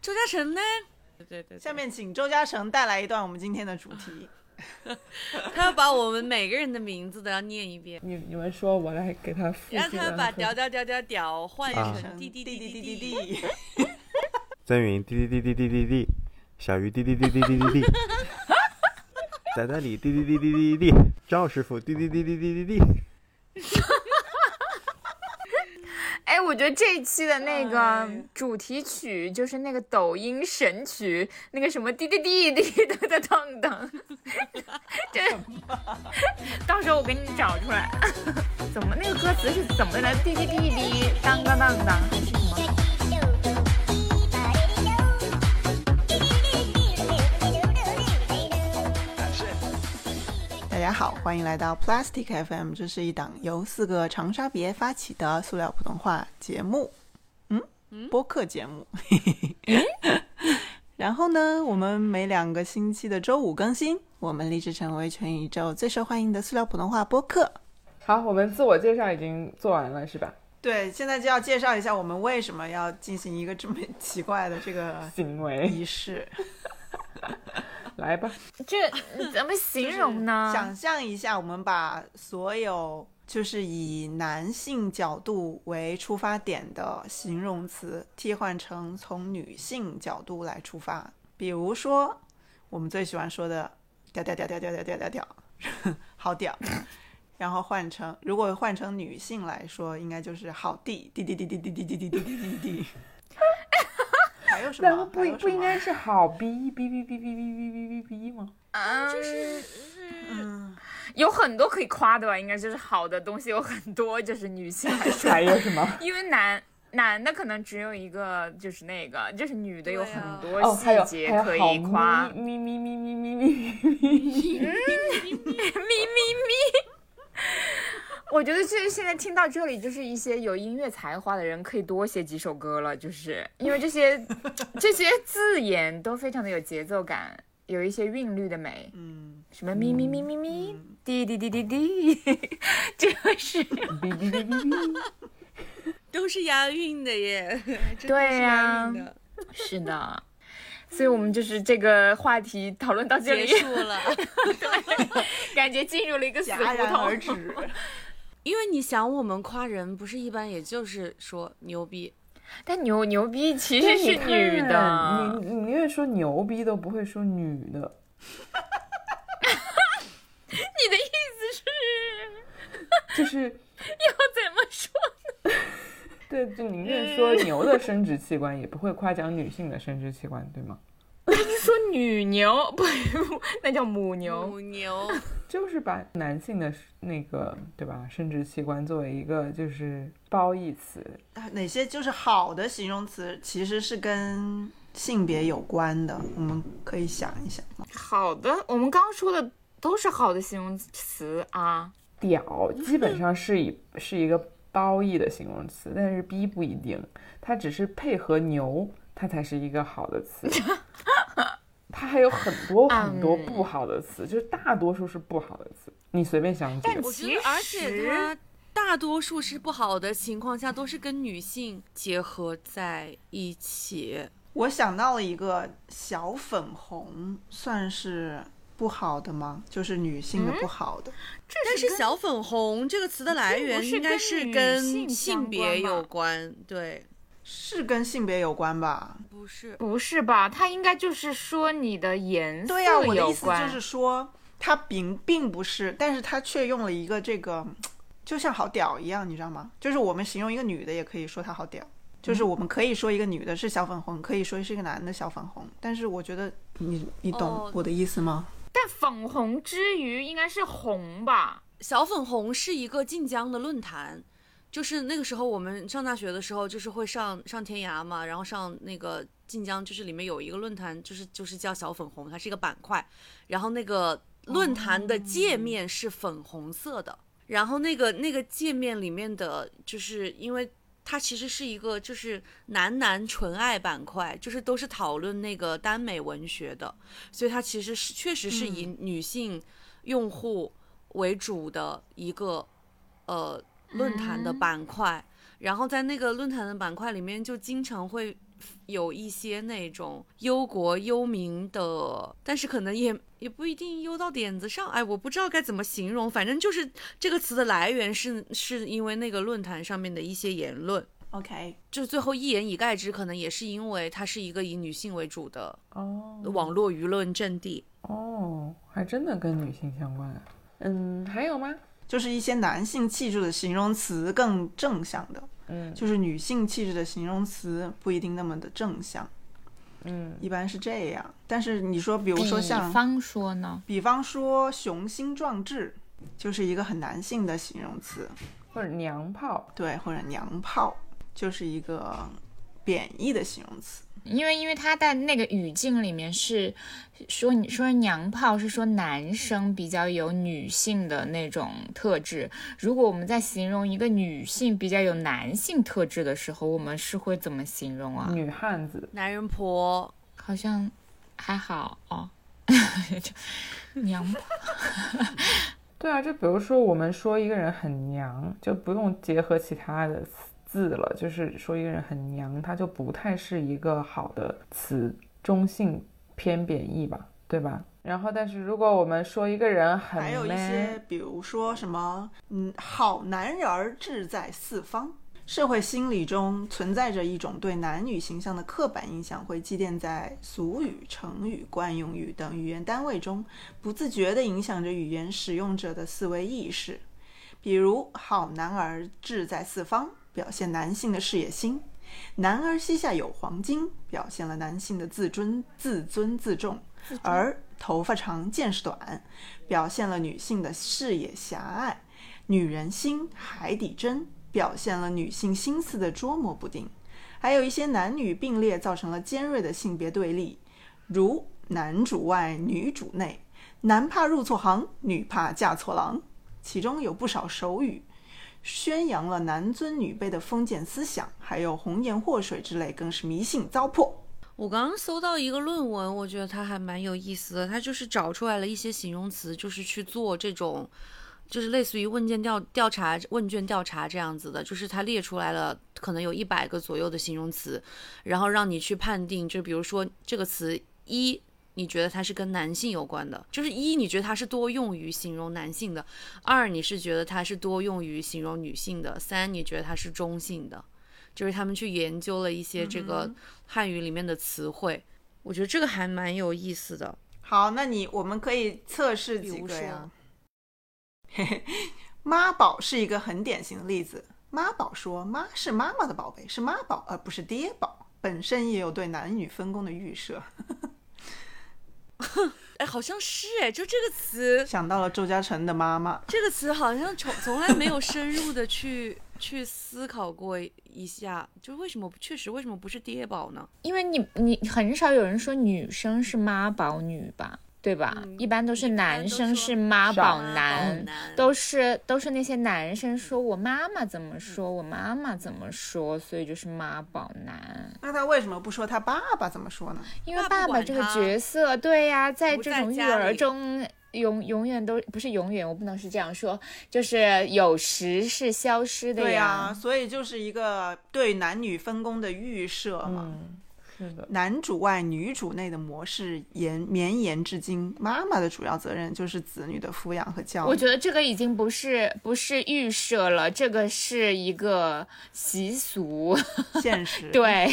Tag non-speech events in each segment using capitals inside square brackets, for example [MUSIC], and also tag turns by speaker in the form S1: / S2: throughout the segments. S1: 周嘉诚呢？对对对，
S2: 下面请周嘉诚带来一段我们今天的主 [LAUGHS] 题。
S1: 他要把我们每个人的名字都要念一遍，
S3: 你你们说，我来给他复
S1: 让
S3: 习
S1: 他把
S3: 两
S1: 屌
S3: 个。
S1: 屌屌屌屌换成滴滴
S2: 嗯
S1: 滴
S2: 滴滴
S1: 滴滴
S2: 滴滴
S1: 滴。
S2: 滴， [LAUGHS]
S4: 曾云滴滴滴滴滴滴滴，小鱼滴滴滴滴滴滴滴，仔仔里滴滴滴滴滴滴滴，赵师傅滴滴滴滴滴滴滴。
S5: 哎，我觉得这一期的那个
S2: 哎
S5: 主题曲就是那个抖音神曲，那个什么滴滴滴滴滴哒哒当当， [LAUGHS] 这 [LAUGHS] 到时候我给你找出来， [LAUGHS] 怎么那个歌词是怎么来的？滴滴滴滴当当当当还是什么？
S2: 大家好，欢迎来到 Plastic FM，这是一档由四个长沙别发起的塑料普通话节目，嗯，播客节 [LAUGHS] 目。然后呢，我们每两个星期的周五更新，我们立志成为全宇宙最受欢迎的塑料普通话播客。
S3: 好，我们自我介绍已经做完了，是吧？
S2: 对，现在就要介绍一下我们为什么要进行一个这么奇怪的这个
S3: 行为，
S2: 仪式。
S3: 来吧。
S5: 这 [LAUGHS] 怎么形容呢？
S2: 想象一下，我们把所有就是以男性角度为出发点的形容词替换成从女性角度来出发，比如说我们最喜欢说的“屌屌屌屌屌屌屌屌屌”，好屌。然后换成，如果换成女性来说，应该就是好地滴滴滴滴滴滴滴滴滴滴滴。还有什
S3: 然
S2: 么
S3: 后？不
S2: 还有什
S3: 不应
S2: 么
S3: 该是好逼逼逼逼逼逼逼逼逼吗？
S5: 嗯，
S1: 就是是
S2: 嗯，
S5: 有很多可以夸的吧，应该就是好的东西有很多，就是女性来说，
S3: 还有什么？
S5: 因为男。男的可能只有一个，就是那个，就是女的有
S1: 对啊
S5: 很多
S3: 哦，还有还
S5: 细节
S3: 有
S5: 可
S3: 好
S5: 以夸，
S3: 咪咪咪咪咪咪咪咪。
S5: [LAUGHS] 咪咪咪。 [LAUGHS] 我觉得这现在听到这里，就是一些有音乐才华的人可以多写几首歌了，就是因为这些 [LAUGHS] 这些字眼都非常的有节奏感，有一些韵律的美，
S2: 嗯，
S5: 什么咪咪咪咪咪，
S3: 嗯
S5: 滴滴滴滴滴， [LAUGHS] 这个是
S3: 哔哔哔哔哔，
S1: 都是押韵的耶，真的是
S5: 对呀
S1: 押韵的
S5: 是的，所以我们就是这个话题讨论到这
S1: 结
S5: 里，
S1: 束了。
S5: [LAUGHS] 感觉进入了一个死
S2: 戛
S5: 胡
S2: 然
S5: 同
S2: 而。止。
S1: 因为你想，我们夸人不是一般，也就是说牛逼，
S5: 但牛牛逼其实是女的，
S3: 你你越说牛逼都不会说女的，
S5: 你的意思是
S3: 就是
S5: 要怎么说？
S3: 对，就宁愿说牛的生殖器官，也不会夸奖女性的生殖器官，对吗？
S5: 说女牛 [LAUGHS] 不，那叫母牛。
S1: 母牛，
S3: 就是把男性的那个对吧，生殖器官作为一个就是褒义词，
S2: 啊哪些就是好的形容词，其实是跟性别有关的，我们可以想一想。
S5: 好的，我们刚说的都是好的形容词啊。 [LAUGHS]
S3: 屌基本上是以是一个褒义的形容词，但是逼不一定，它只是配合牛，它才是一个好的
S5: [LAUGHS]
S3: 词。它还有很多
S5: 嗯
S3: 很多不好的词，就是大多数是不好的词，你随便想几
S5: 但
S3: 个。
S1: 我觉
S5: 其
S1: 得，而且
S5: 实
S1: 它大多数是不好的情况下，都是跟女性结合在一起。
S2: 我想到了一个小粉红，算是不好的吗？就是女性的不好的。
S1: 但
S5: 这
S1: 是小粉红这个词的来源
S5: 不是
S1: 应该
S5: 跟
S1: 是
S5: 女
S1: 跟
S5: 性相
S1: 性
S5: 关
S1: 别有
S5: 吧
S1: 关，对，
S2: 是跟性别有关吧？
S1: 不是。
S5: 不是吧？它应该就是说你的颜色
S2: 对呀、我的
S5: 有
S2: 意思
S5: 关。
S2: 就是说，它并并不是，但是它却用了一个这个，就像好屌一样，你知道吗？就是我们形容一个女的，也可以说她好屌。就是我们可以说一个女的是小粉红，可以说是一个男的小粉红，但是我觉得你你懂
S1: 哦
S2: 我的意思吗？
S5: 但粉红之余应该是红吧？
S1: 小粉红是一个晋江的论坛，就是那个时候我们上大学的时候，就是会上上天涯嘛，然后上那个晋江，就是里面有一个论坛，就是就是叫小粉红，它是一个板块，然后那个论坛的界面是粉红色的，然后那个那个界面里面的，就是因为。它其实是一个就是男男纯爱板块，就是都是讨论那个耽美文学的，所以它其实是确实是以女性用户为主的一个呃论坛的板块。然后在那个论坛的板块里面，就经常会有一些那种忧国忧民的，但是可能也也不一定忧到点子上。哎，我不知道该怎么形容，反正就是这个词的来源是是因为那个论坛上面的一些言论，
S2: OK，
S1: 就最后一言以概之，可能也是因为它是一个以女性为主的
S3: 哦
S1: 网络舆论阵地。
S3: 哦，还真的跟女性相关啊。嗯，还有吗？
S2: 就是一些男性气质的形容词更正向的，
S3: 嗯
S2: 就是女性气质的形容词不一定那么的正向，
S3: 嗯，
S2: 一般是这样。但是你说，比如说像，
S5: 比方说呢，
S2: 比方说雄心壮志，就是一个很男性的形容词，
S3: 或者娘炮，
S2: 对，或者娘炮，就是一个贬义的形容词。
S5: 因为因为他在那个语境里面是说你说娘炮是说男生比较有女性的那种特质，如果我们在形容一个女性比较有男性特质的时候，我们是会怎么形容啊？
S3: 女汉子，
S1: 男人婆，
S5: 好像还好哦， [LAUGHS] 就娘炮
S3: 对啊，就比如说我们说一个人很娘，就不用结合其他的字了，就是说一个人很娘，它就不太是一个好的词，中性偏贬义吧，对吧？然后，但是如果我们说一个人很 man，
S2: 还有一些，比如说什么，嗯，好男人儿志在四方。社会心理中存在着一种对男女形象的刻板印象，会积淀在俗语、成语、惯用语等语言单位中，不自觉地影响着语言使用者的思维意识。比如“好男儿志在四方”，表现男性的事业心；“男儿膝下有黄金”，表现了男性的自尊、自尊自重；而“头发长见识短”，表现了女性的视野狭隘；女人心海底针表现了女性心思的捉摸不定；还有一些男女并列造成了尖锐的性别对立，如男主外女主内，男怕入错行，女怕嫁错郎。其中有不少手语宣扬了男尊女卑的封建思想，还有红颜祸水之类，更是迷信糟粕。
S1: 我刚刚搜到一个论文，我觉得它还蛮有意思的。它就是找出来了一些形容词，就是去做这种，就是类似于问卷调调查、问卷调查这样子的。就是它列出来了，可能有一百个左右的形容词，然后让你去判定，就比如说这个词一。你觉得它是跟男性有关的，就是一，你觉得它是多用于形容男性的；二，你是觉得它是多用于形容女性的；三，你觉得它是中性的。就是他们去研究了一些这个汉语里面的词汇，我觉得这个还蛮有意思的。
S2: 好，那你我们可以测试
S1: 比
S2: 几
S1: 如
S2: 个呀 [LAUGHS]
S1: 说。，
S2: 妈宝是一个很典型的例子。妈宝说：“妈是妈妈的宝贝，是妈宝，而不是爹宝。”本身也有对男女分工的预设，
S1: 哎，好像是哎，就这个词，
S2: 想到了周嘉诚的妈妈。
S1: 这个词好像从从来没有深入的去去思考过一下，就为什么确实为什么不是爹宝呢？
S5: 因为你你很少有人说女生是妈宝女吧，对吧？嗯一般都是男生是妈啊
S1: 啊
S5: 宝男，
S1: 男
S5: 都是都是那些男生说我妈妈怎么说，我妈妈怎么说，所以就是妈宝男。
S2: 那他为什么不说他爸爸怎么说呢？
S5: 因为
S1: 爸不
S5: 爸爸
S1: 管
S5: 这个
S1: 他
S5: 角色，对呀、在
S1: 不
S5: 这
S1: 在
S5: 种育
S1: 家
S5: 儿
S1: 里
S5: 中。永永远都不是永远，我不能是这样说，就是有时是消失的
S2: 对啊
S5: 呀。
S2: 所以就是一个对男女分工的预设嘛。
S3: 嗯，是的，
S2: 男主外女主内的模式延绵延至今，妈妈的主要责任就是子女的抚养和教
S5: 我
S2: 育。
S5: 觉得这个已经不是不是预设了，这个是一个习俗，
S2: 现实，
S5: [LAUGHS] 对，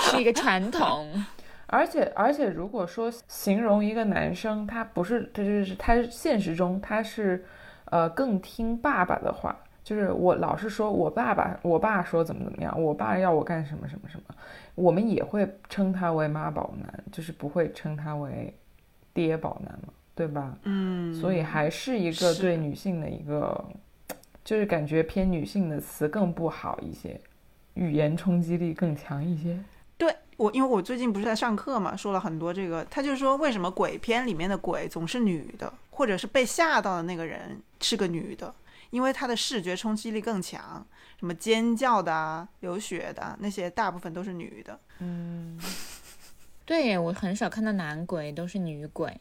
S5: 是一个传统。
S3: 而且而且，如果说形容一个男生，他不是，他就是他现实中他是，呃，更听爸爸的话，就是我老是说我爸爸，我爸说怎么怎么样，我爸要我干什么什么什么，我们也会称他为妈宝男，就是不会称他为爹宝男嘛，对吧？
S2: 嗯，
S3: 所以还是一个
S2: 是
S3: 对女性的一个，就是感觉偏女性的词更不好一些，语言冲击力更强一些。
S2: 对我，因为我最近不是在上课嘛，说了很多这个，他就说为什么鬼片里面的鬼总是女的，或者是被吓到的那个人是个女的，因为她的视觉冲击力更强，什么尖叫的啊、流血的啊那些，大部分都是女的。
S3: 嗯。
S5: 对我很少看到男鬼，都是女鬼。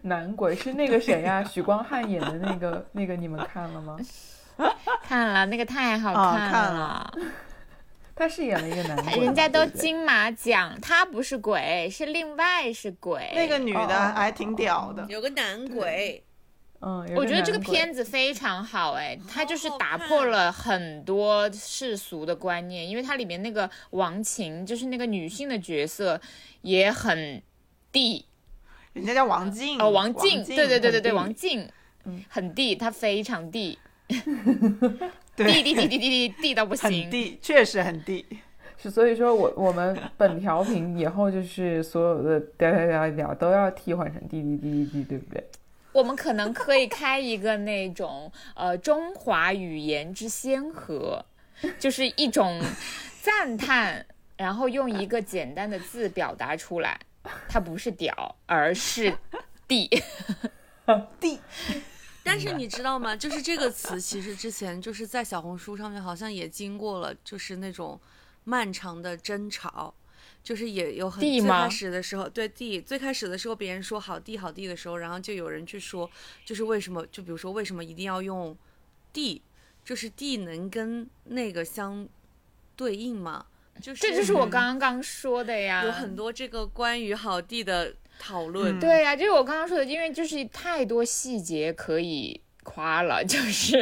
S3: 男鬼是那个谁呀、许光汉演的那个那个，你们看了吗？
S5: 看了那个太好
S2: 啊
S5: 看
S2: 看
S5: 了，
S3: 他饰演了一个男鬼，
S5: 人家都
S3: 对不对
S5: 金马奖，他不是鬼，是另外是鬼。
S2: 那个
S5: 哦
S2: 女的还挺屌的，
S1: 有个男鬼，
S3: 嗯，有
S5: 我觉得
S3: 男
S5: 这个
S3: 鬼
S5: 片子非常好，哎，它就是
S1: 好好
S5: 打
S1: 看
S5: 破了很多世俗的观念，因为它里面那个王琴，就是那个女性的角色，也很地
S2: 人家叫嗯王静
S5: 哦，王静，对对对对对，
S2: 很
S5: 王
S2: 地
S5: 静，很地，她非常地，地
S2: 对
S5: 地地地地地地到不
S2: [LAUGHS] 很
S5: 行，
S2: 地，确实很地。
S3: 是，所以说我我们本调频以后就是所有的聊聊聊聊都要替换成滴滴滴滴滴，对不对？
S5: 我们可能可以开一个那种呃中华语言之先河，就是一种赞叹，然后用一个简单的字表达出来，它不是屌，而是地。 [LAUGHS]
S1: 但是你知道吗？就是这个词，其实之前就是在小红书上面好像也经过了，就是那种漫长的争吵，就是也有很
S5: 地
S1: 最
S5: 吗
S1: 开始的时候，对地最开始的时候，别人说好地好地的时候，然后就有人去说，就是为什么？就比如说为什么一定要用地？就是地能跟那个相对应吗？就是嗯
S5: 这就是我刚刚说的呀。
S1: 有很多这个关于好地的讨论。
S2: 嗯
S5: 对呀、就是我刚刚说的，因为就是太多细节可以夸了， [LAUGHS] 就是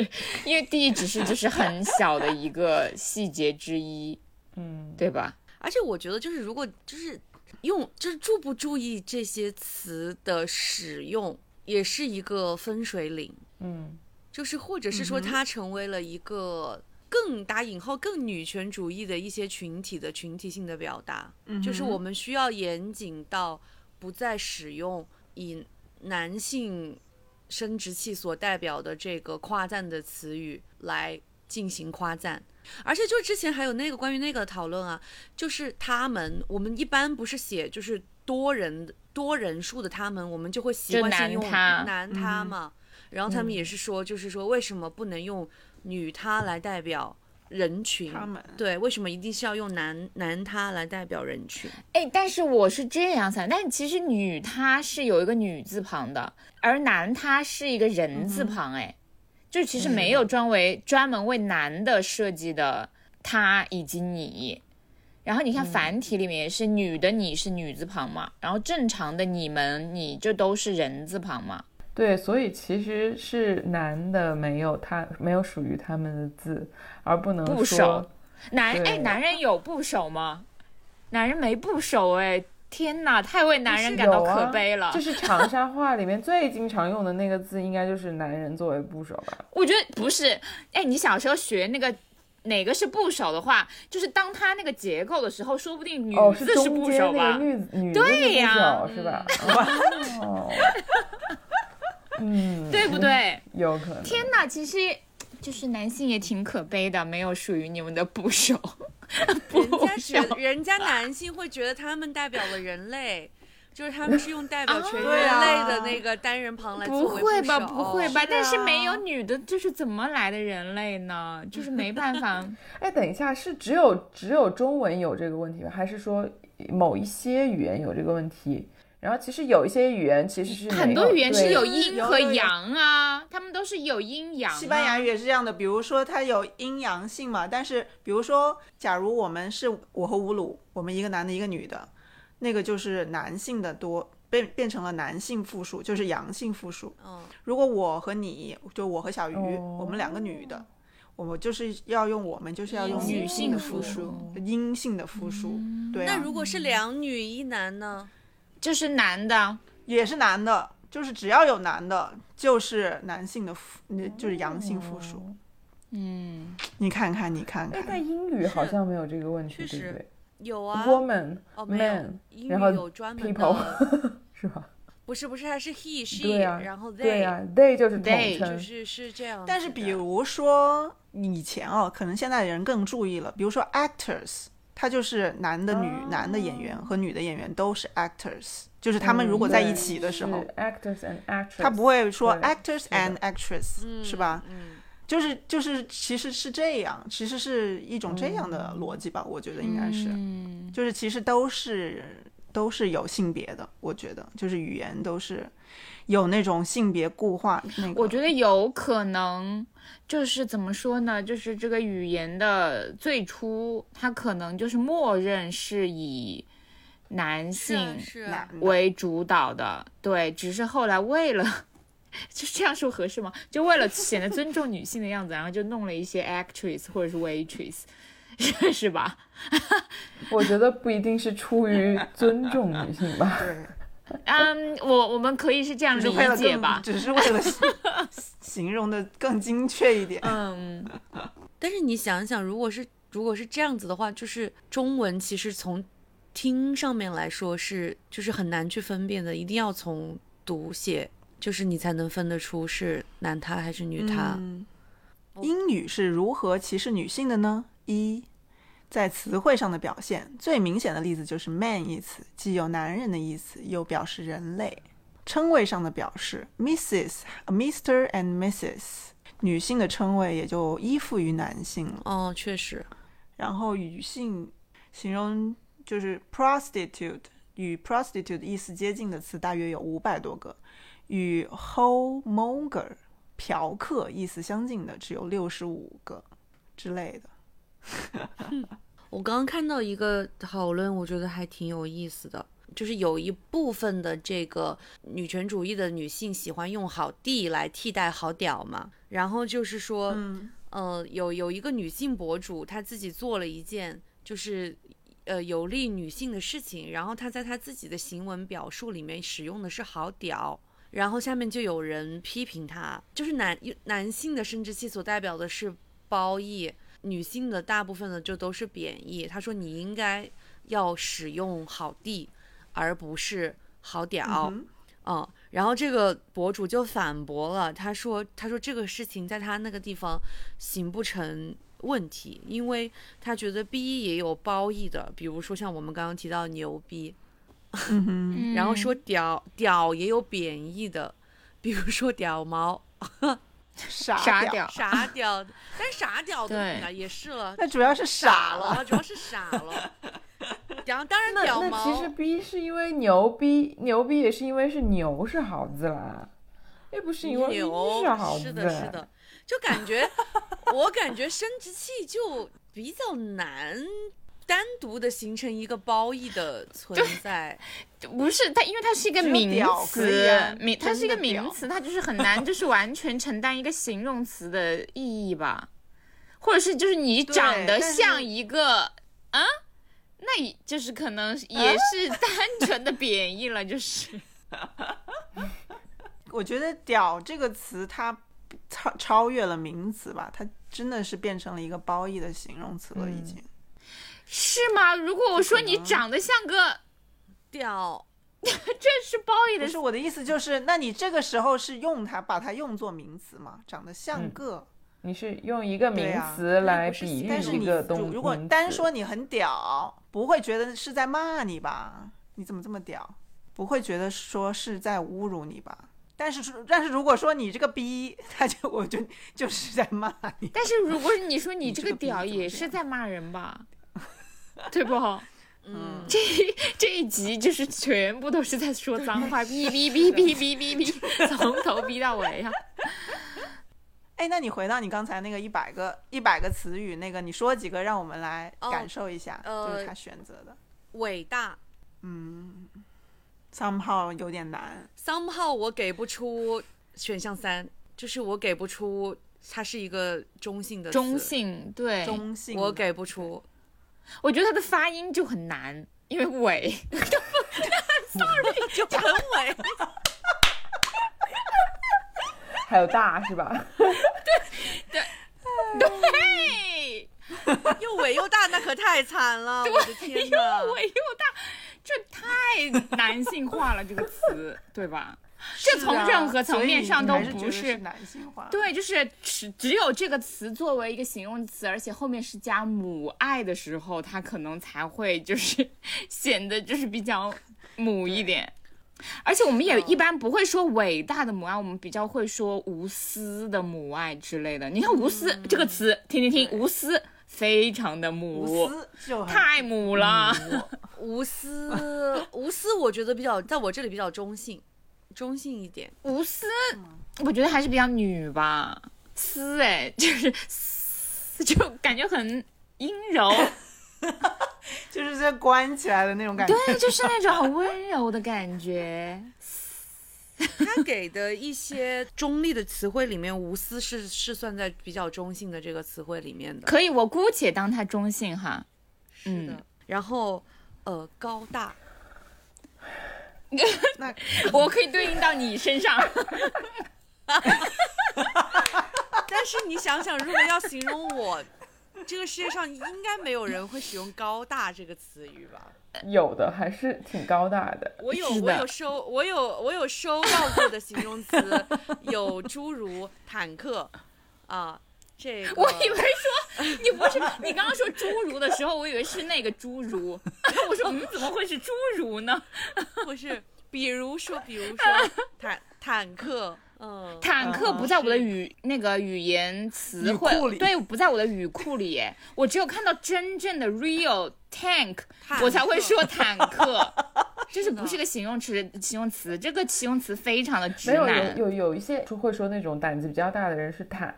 S5: 因为地只是就是很小的一个细节之一，
S3: 嗯，
S5: 对吧？
S1: 而且我觉得，就是如果就是用就是注不注意这些词的使用，也是一个分水岭，
S3: 嗯，
S1: 就是或者是
S5: 嗯
S1: 说它成为了一个更打引号更女权主义的一些群体的群体性的表达，
S5: 嗯
S1: 就是我们需要严谨到不再使用以男性生殖器所代表的这个夸赞的词语来进行夸赞。而且就之前还有那个关于那个讨论啊，就是他们，我们一般不是写就是多人多人数的他们，我们就会习惯性用
S5: 就男他
S1: 男他嘛。然后他们也是说，就是说为什么不能用女他来代表人群？
S2: 他们
S1: 对，为什么一定是要用男男他来代表人群？
S5: 哎，但是我是这样想，但其实女她是有一个女字旁的，而男他是一个人
S3: 嗯
S5: 字旁，哎、就其实没有专为、专门为男的设计的他以及你。然后你
S3: 嗯
S5: 看繁体里面也是女的你是女字旁嘛，然后正常的你们你就都是人字旁嘛。
S3: 对，所以其实是男的没有他没有属于他们的字，而不能
S5: 部
S3: 说
S5: 首，男
S3: 对
S5: 哎，男人有部首吗？男人没部首哎，天哪，太为男人
S3: 是
S5: 感到
S3: 有
S5: 可
S3: 啊
S5: 悲了。
S3: 就是长沙话里面最经常用的那个字，应该就是男人作为部首吧？
S5: 我觉得不是，哎，你小时候学那个哪个是部首的话，就是当它那个结构的时候，说不定女
S3: 哦，是
S5: 字是
S3: 中
S5: 部
S3: 间
S5: 首
S3: 那
S5: 吧
S3: 个？女女字
S5: 对
S3: 是部
S5: 呀
S3: 首是
S5: [LAUGHS]
S3: 吧？哦，嗯，
S5: 对不对？
S3: 有可能。
S5: 天哪，其实就是男性也挺可悲的，没有属于你们的部首。部
S1: 人家觉得
S5: 首，
S1: 人家男性会觉得他们代表了人类，就是他们是用代表全人
S2: 对啊
S1: 类的那个单人旁来作
S5: 不
S1: 为
S5: 会
S1: 部
S5: 吧？
S1: 首哦
S5: 不会吧？但是没有
S2: 啊
S5: 女的，就是怎么来的人类呢？就是没办
S3: [LAUGHS]
S5: 法。
S3: 哎，等一下，是只有只有中文有这个问题吗？还是说某一些语言有这个问题？然后其实有一些语言其实是
S5: 很
S3: 没
S5: 多语言是
S3: 对
S5: 有阴
S2: 有
S5: 和
S2: 有有
S5: 阳啊，他们都是有阴阳、啊。
S2: 西班牙语也是这样的，比如说它有阴阳性嘛，但是比如说，假如我们是我和吴鲁，我们一个男的，一个女的，那个就是男性的多，变变成了男性复数，就是阳性复数。
S1: 嗯，
S2: 如果我和你，就我和小鱼，
S3: 哦
S2: 我们两个女的，我们就是要用我们，就是要用
S5: 女性
S2: 的
S5: 复
S2: 复
S5: 数
S2: 数，阴性的复数，对、啊。
S1: 那如果是两女一男呢？
S5: 就是男的，
S2: 也是男的，就是只要有男的，就是男性的复，嗯就是阳性复数。
S5: 嗯。
S2: 你看看，你看
S3: 哎，但
S2: 看，
S3: 英语好像没有这个问
S1: 确
S3: 题，对
S1: 实
S3: 不对
S1: 有啊，
S3: ？Woman
S1: 哦没有
S3: man，
S1: 英
S3: 然
S1: 语
S3: 后
S1: 有专门
S3: people
S1: 的，
S3: 是吧？
S1: 不是不是，它是 he she，
S3: 对呀，
S1: 然后 they，
S3: 对啊呀，they 就是统
S5: they
S1: 就
S3: 称，
S1: 是是这样子的。
S2: 但是比如说以前哦，可能现在人更注意了，比如说 actors，他就是男的女、
S3: 哦
S2: 男的演员和女的演员都是 actors，就是他们
S3: 嗯
S2: 如果在
S3: 对
S2: 一起的时
S3: 是
S2: 候，
S3: actors and actors，
S2: 他不会说
S3: 对
S2: actors
S3: 是的
S2: and actress，
S1: 嗯
S2: 是吧？
S1: 嗯，
S2: 就是就是其实是这样，其
S3: 哦
S2: 实是一种这样的逻辑吧，我觉得应该是。
S5: 嗯，
S2: 就是其实都是都是有性别的，我觉得就是语言都是有那种性别固化。那个、
S5: 我觉得有可能，就是怎么说呢？就是这个语言的最初，它可能就是默认是以男
S1: 是啊
S5: 性
S1: 是
S2: 男
S1: 啊，
S2: 的
S5: 为主导的，对，只是后来为了。就这样说合适吗？就为了显得尊重女性的样子，然后就弄了一些 actress 或者是 waitress，是 [LAUGHS] 是吧？
S3: 我觉得不一定是出于尊重女性吧，
S2: 对，
S5: 嗯，我我们可以是这样
S2: 只
S5: 理
S2: 是为了
S5: 解
S2: 更
S5: 吧？
S2: 只是为
S5: [LAUGHS]
S2: 了 [LAUGHS] 形容的更精确一点。
S5: 嗯，
S1: 但是你想一想，如果是如果是这样子的话，就是中文其实从听上面来说是就是很难去分辨的，一定要从读写，就是你才能分得出是男他还是女他。
S2: 嗯英语是如何歧视女性的呢？一，在词汇上的表现，最明显的例子就是 “man” 一词，既有男人的意思，又表示人类。称谓上的表示，Mrs.、Mr. and Mrs.，女性的称谓也就依附于男性了。
S1: 哦，确实，
S2: 然后与性形容就是 prostitute，与 prostitute 意思接近的词大约有五百多个，与 homemonger 嫖客意思相近的只有六十五个之类的。
S1: 我刚刚看到一个讨论，我觉得还挺有意思的，就是有一部分的这个女权主义的女性喜欢用“好弟”来替代“好屌”嘛，然后就是说，
S2: 嗯，
S1: 呃，有有一个女性博主，她自己做了一件就是呃有利女性的事情，然后她在她自己的行文表述里面使用的是“好屌”，然后下面就有人批评她，就是男男性的生殖器所代表的是褒义，女性的大部分的就都是贬义。她说你应该要使用“好地”，而不是“好屌”
S2: 嗯
S1: 嗯，然后这个博主就反驳了，他说：“他说这个事情在他那个地方行不成问题，因为他觉得 B 也有褒义的，比如说像我们刚刚提到牛逼，
S2: 嗯哼，
S1: 然后说屌屌也有贬义的，比如说屌毛、
S2: 傻
S5: 傻
S2: 屌。
S5: 屌，
S1: 傻屌，但傻屌
S5: 对
S1: 的也是了，
S2: 那主要是 [LAUGHS] 傻了，
S1: 了，主要是傻了。屌当然
S3: 那
S1: 屌
S3: 那其
S1: 毛
S3: 实逼是因为牛逼，牛逼也是因为是牛是好字啦，又不是因为逼
S1: 牛
S3: 好字。
S1: 是的，是的，就感
S5: [LAUGHS]
S1: 觉我感觉生殖器就比较难单独的形成一个褒义的存在。
S5: 不是它，因为它是一个
S2: 只有
S5: 名
S2: 屌可以
S5: 词
S2: 啊，
S5: 名它是一个
S2: 真的屌
S5: 名词，
S2: [LAUGHS]
S5: 它就是很难，就是完全承担一个形容词的意义吧，或者是就是你
S2: 对
S5: 长得
S2: 但是
S5: 像一个啊，那也就是可能
S2: 啊
S5: 也是单纯的贬义了，就是
S2: [LAUGHS] 我觉得“屌”这个词它超超越了名词吧，它真的是变成了一个褒义的形容词了，已经。
S5: 是吗？如果我说你长得像个，
S1: 屌，
S5: 这是褒义
S2: 不
S5: 的
S2: 是我的意思就是，那你这个时候是用它，把它用作名词嘛？长得像
S3: 嗯
S2: 个，
S3: 你是用一个
S2: 对
S3: 名
S2: 啊
S3: 词来
S1: 不是
S3: 比
S2: 但是
S3: 喻一
S2: 你
S3: 个东
S2: 如如果
S3: 名
S2: 单
S3: 词
S2: 说你很屌，不会觉得是在骂你吧？你怎么这么屌？不会觉得说是在侮辱你吧？但是说但是如果说你这个逼，他就我就就是在骂你。
S5: 但是如果你说你这
S2: 这
S5: 个
S2: 个逼
S5: 屌
S2: 怎么
S5: 也
S2: 这
S5: 是
S2: 样
S5: 在骂
S2: [LAUGHS]
S5: 人吧，对不？
S1: 嗯，
S5: [LAUGHS] 这一集就是全部都是在说
S2: [LAUGHS]
S5: 脏话，哔哔哔哔哔哔哔，从头哔到尾
S2: [LAUGHS]
S5: 啊呀、
S2: 哎，那你回到你刚才那个一百个一百个词语，那个你说几个，让我们来
S1: 哦
S2: 感受一下，就是
S1: 呃
S2: 他选择的。
S1: 伟大。
S2: 嗯，somehow 有点难。
S1: somehow 我给不出选项三，就是我给不出它是一个中性的词
S5: 中，性，对，
S2: 中性的，
S1: 我给不出。
S5: 我觉得它的发音就很难，因为尾，
S1: 就很伟，
S3: 还有大是吧？ [LAUGHS]
S2: 嗯
S5: [LAUGHS] 对，
S1: 又伟又大，那可太惨了！我的天哪！
S5: 尾又大，这太男性化了，这个词，对
S2: [LAUGHS]
S5: 吧？这从
S2: 啊
S5: 任何层
S2: 所以
S5: 面
S2: 你
S5: 上都
S2: 还是觉
S5: 不
S2: 得
S5: 是
S2: 是男性化。
S5: 对，就是只只有这个词作为一个形容词，而且后面是加母爱的时候，它可能才会就是 [LAUGHS] 显得就是比较母一点。而且我们也
S2: 嗯
S5: 一般不会说伟大的母爱，我们比较
S2: 嗯
S5: 会说无私的母爱之类的。你看“无私”这个词，听听听，无私非常的
S2: 无
S5: 母，
S2: 私嗯就很
S5: 太母了。
S1: 无私，无私，我觉得比较在我这里比较中性，中性一点。
S5: 无私，
S2: 嗯
S5: 我觉得还是比较女吧，私哎，就是 [LAUGHS] 私，就感觉很阴
S2: [LAUGHS]
S5: 柔，
S2: 就是这关起来的那种感觉。
S5: 对，就是那种很温柔的感觉。
S1: 他给的一些中立的词汇里面，无私是是算在比较中性的这个词汇里面的。
S5: [LAUGHS] 可以，我姑且当它中性哈。
S1: 是的。然后，呃，高
S5: [LAUGHS]
S1: 大，
S2: 那
S5: [LAUGHS] 我可以对应到你身 [LAUGHS] 上，
S1: 但是你想想，如果要形容我，这个世界上应该没有人会使用“高大”这个词语吧？
S3: 有的还是挺高大的。
S1: [LAUGHS] 我有
S5: 是的
S1: 我有收我有我有收到过的形容词，有诸如坦克啊，这个
S5: 我以为说你不是你刚刚说侏儒的时候，我以为是那个侏儒， [LAUGHS] 我说嗯，怎么会是侏儒呢？
S1: 不是，比如说比
S5: [LAUGHS]
S1: 如说坦坦克，嗯，
S5: 坦克不在我的语那个啊语言词汇
S2: 语库里
S5: 对，不在我的语库里耶。我只有看到真正的 real tank，
S1: 坦克
S5: 我才会说坦 [LAUGHS] 克。这是不是个形容词？形容词，这个形容词非常的直
S3: 没有
S5: 男。
S3: 有有有一些就会说那种胆子比较大的人是坦，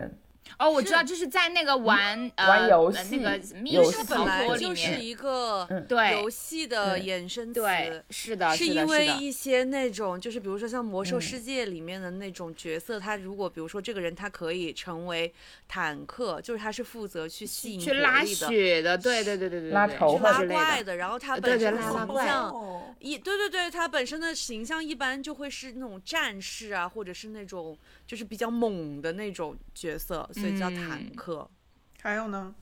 S5: 哦，我知道，这是在那个玩
S1: 嗯
S5: 呃
S3: 玩游戏
S5: 那个密
S3: 游戏
S5: 室
S1: 它本
S5: 逃
S1: 来
S5: 脱里
S1: 就是
S5: 面，
S1: 一个
S5: 对嗯
S1: 游戏的衍生词。
S5: 对，是的，
S1: 是
S5: 的嗯
S1: 因为
S5: 的
S1: 一些那种，就是比如说像《魔兽世界》里面的那种角色，他如果比如说这个人他可以成为坦克，就是他是负责去吸引
S5: 去
S1: 火
S5: 拉
S1: 力的、
S5: 血的，对对对对对，
S3: 拉
S5: 对
S3: 仇
S5: 去
S3: 恨
S1: 拉
S5: 之类
S1: 怪
S5: 的。呃
S1: 的，然后他
S5: 对
S1: 本
S5: 对
S1: 身的
S5: 拉拉
S1: 形
S5: 怪
S1: 象
S2: 哦
S1: 一对对对，他本身的形象一般就会是那种战士啊，或者是那种就是比较猛的那种角色，所以叫坦
S5: 嗯
S1: 克。
S2: 还有呢？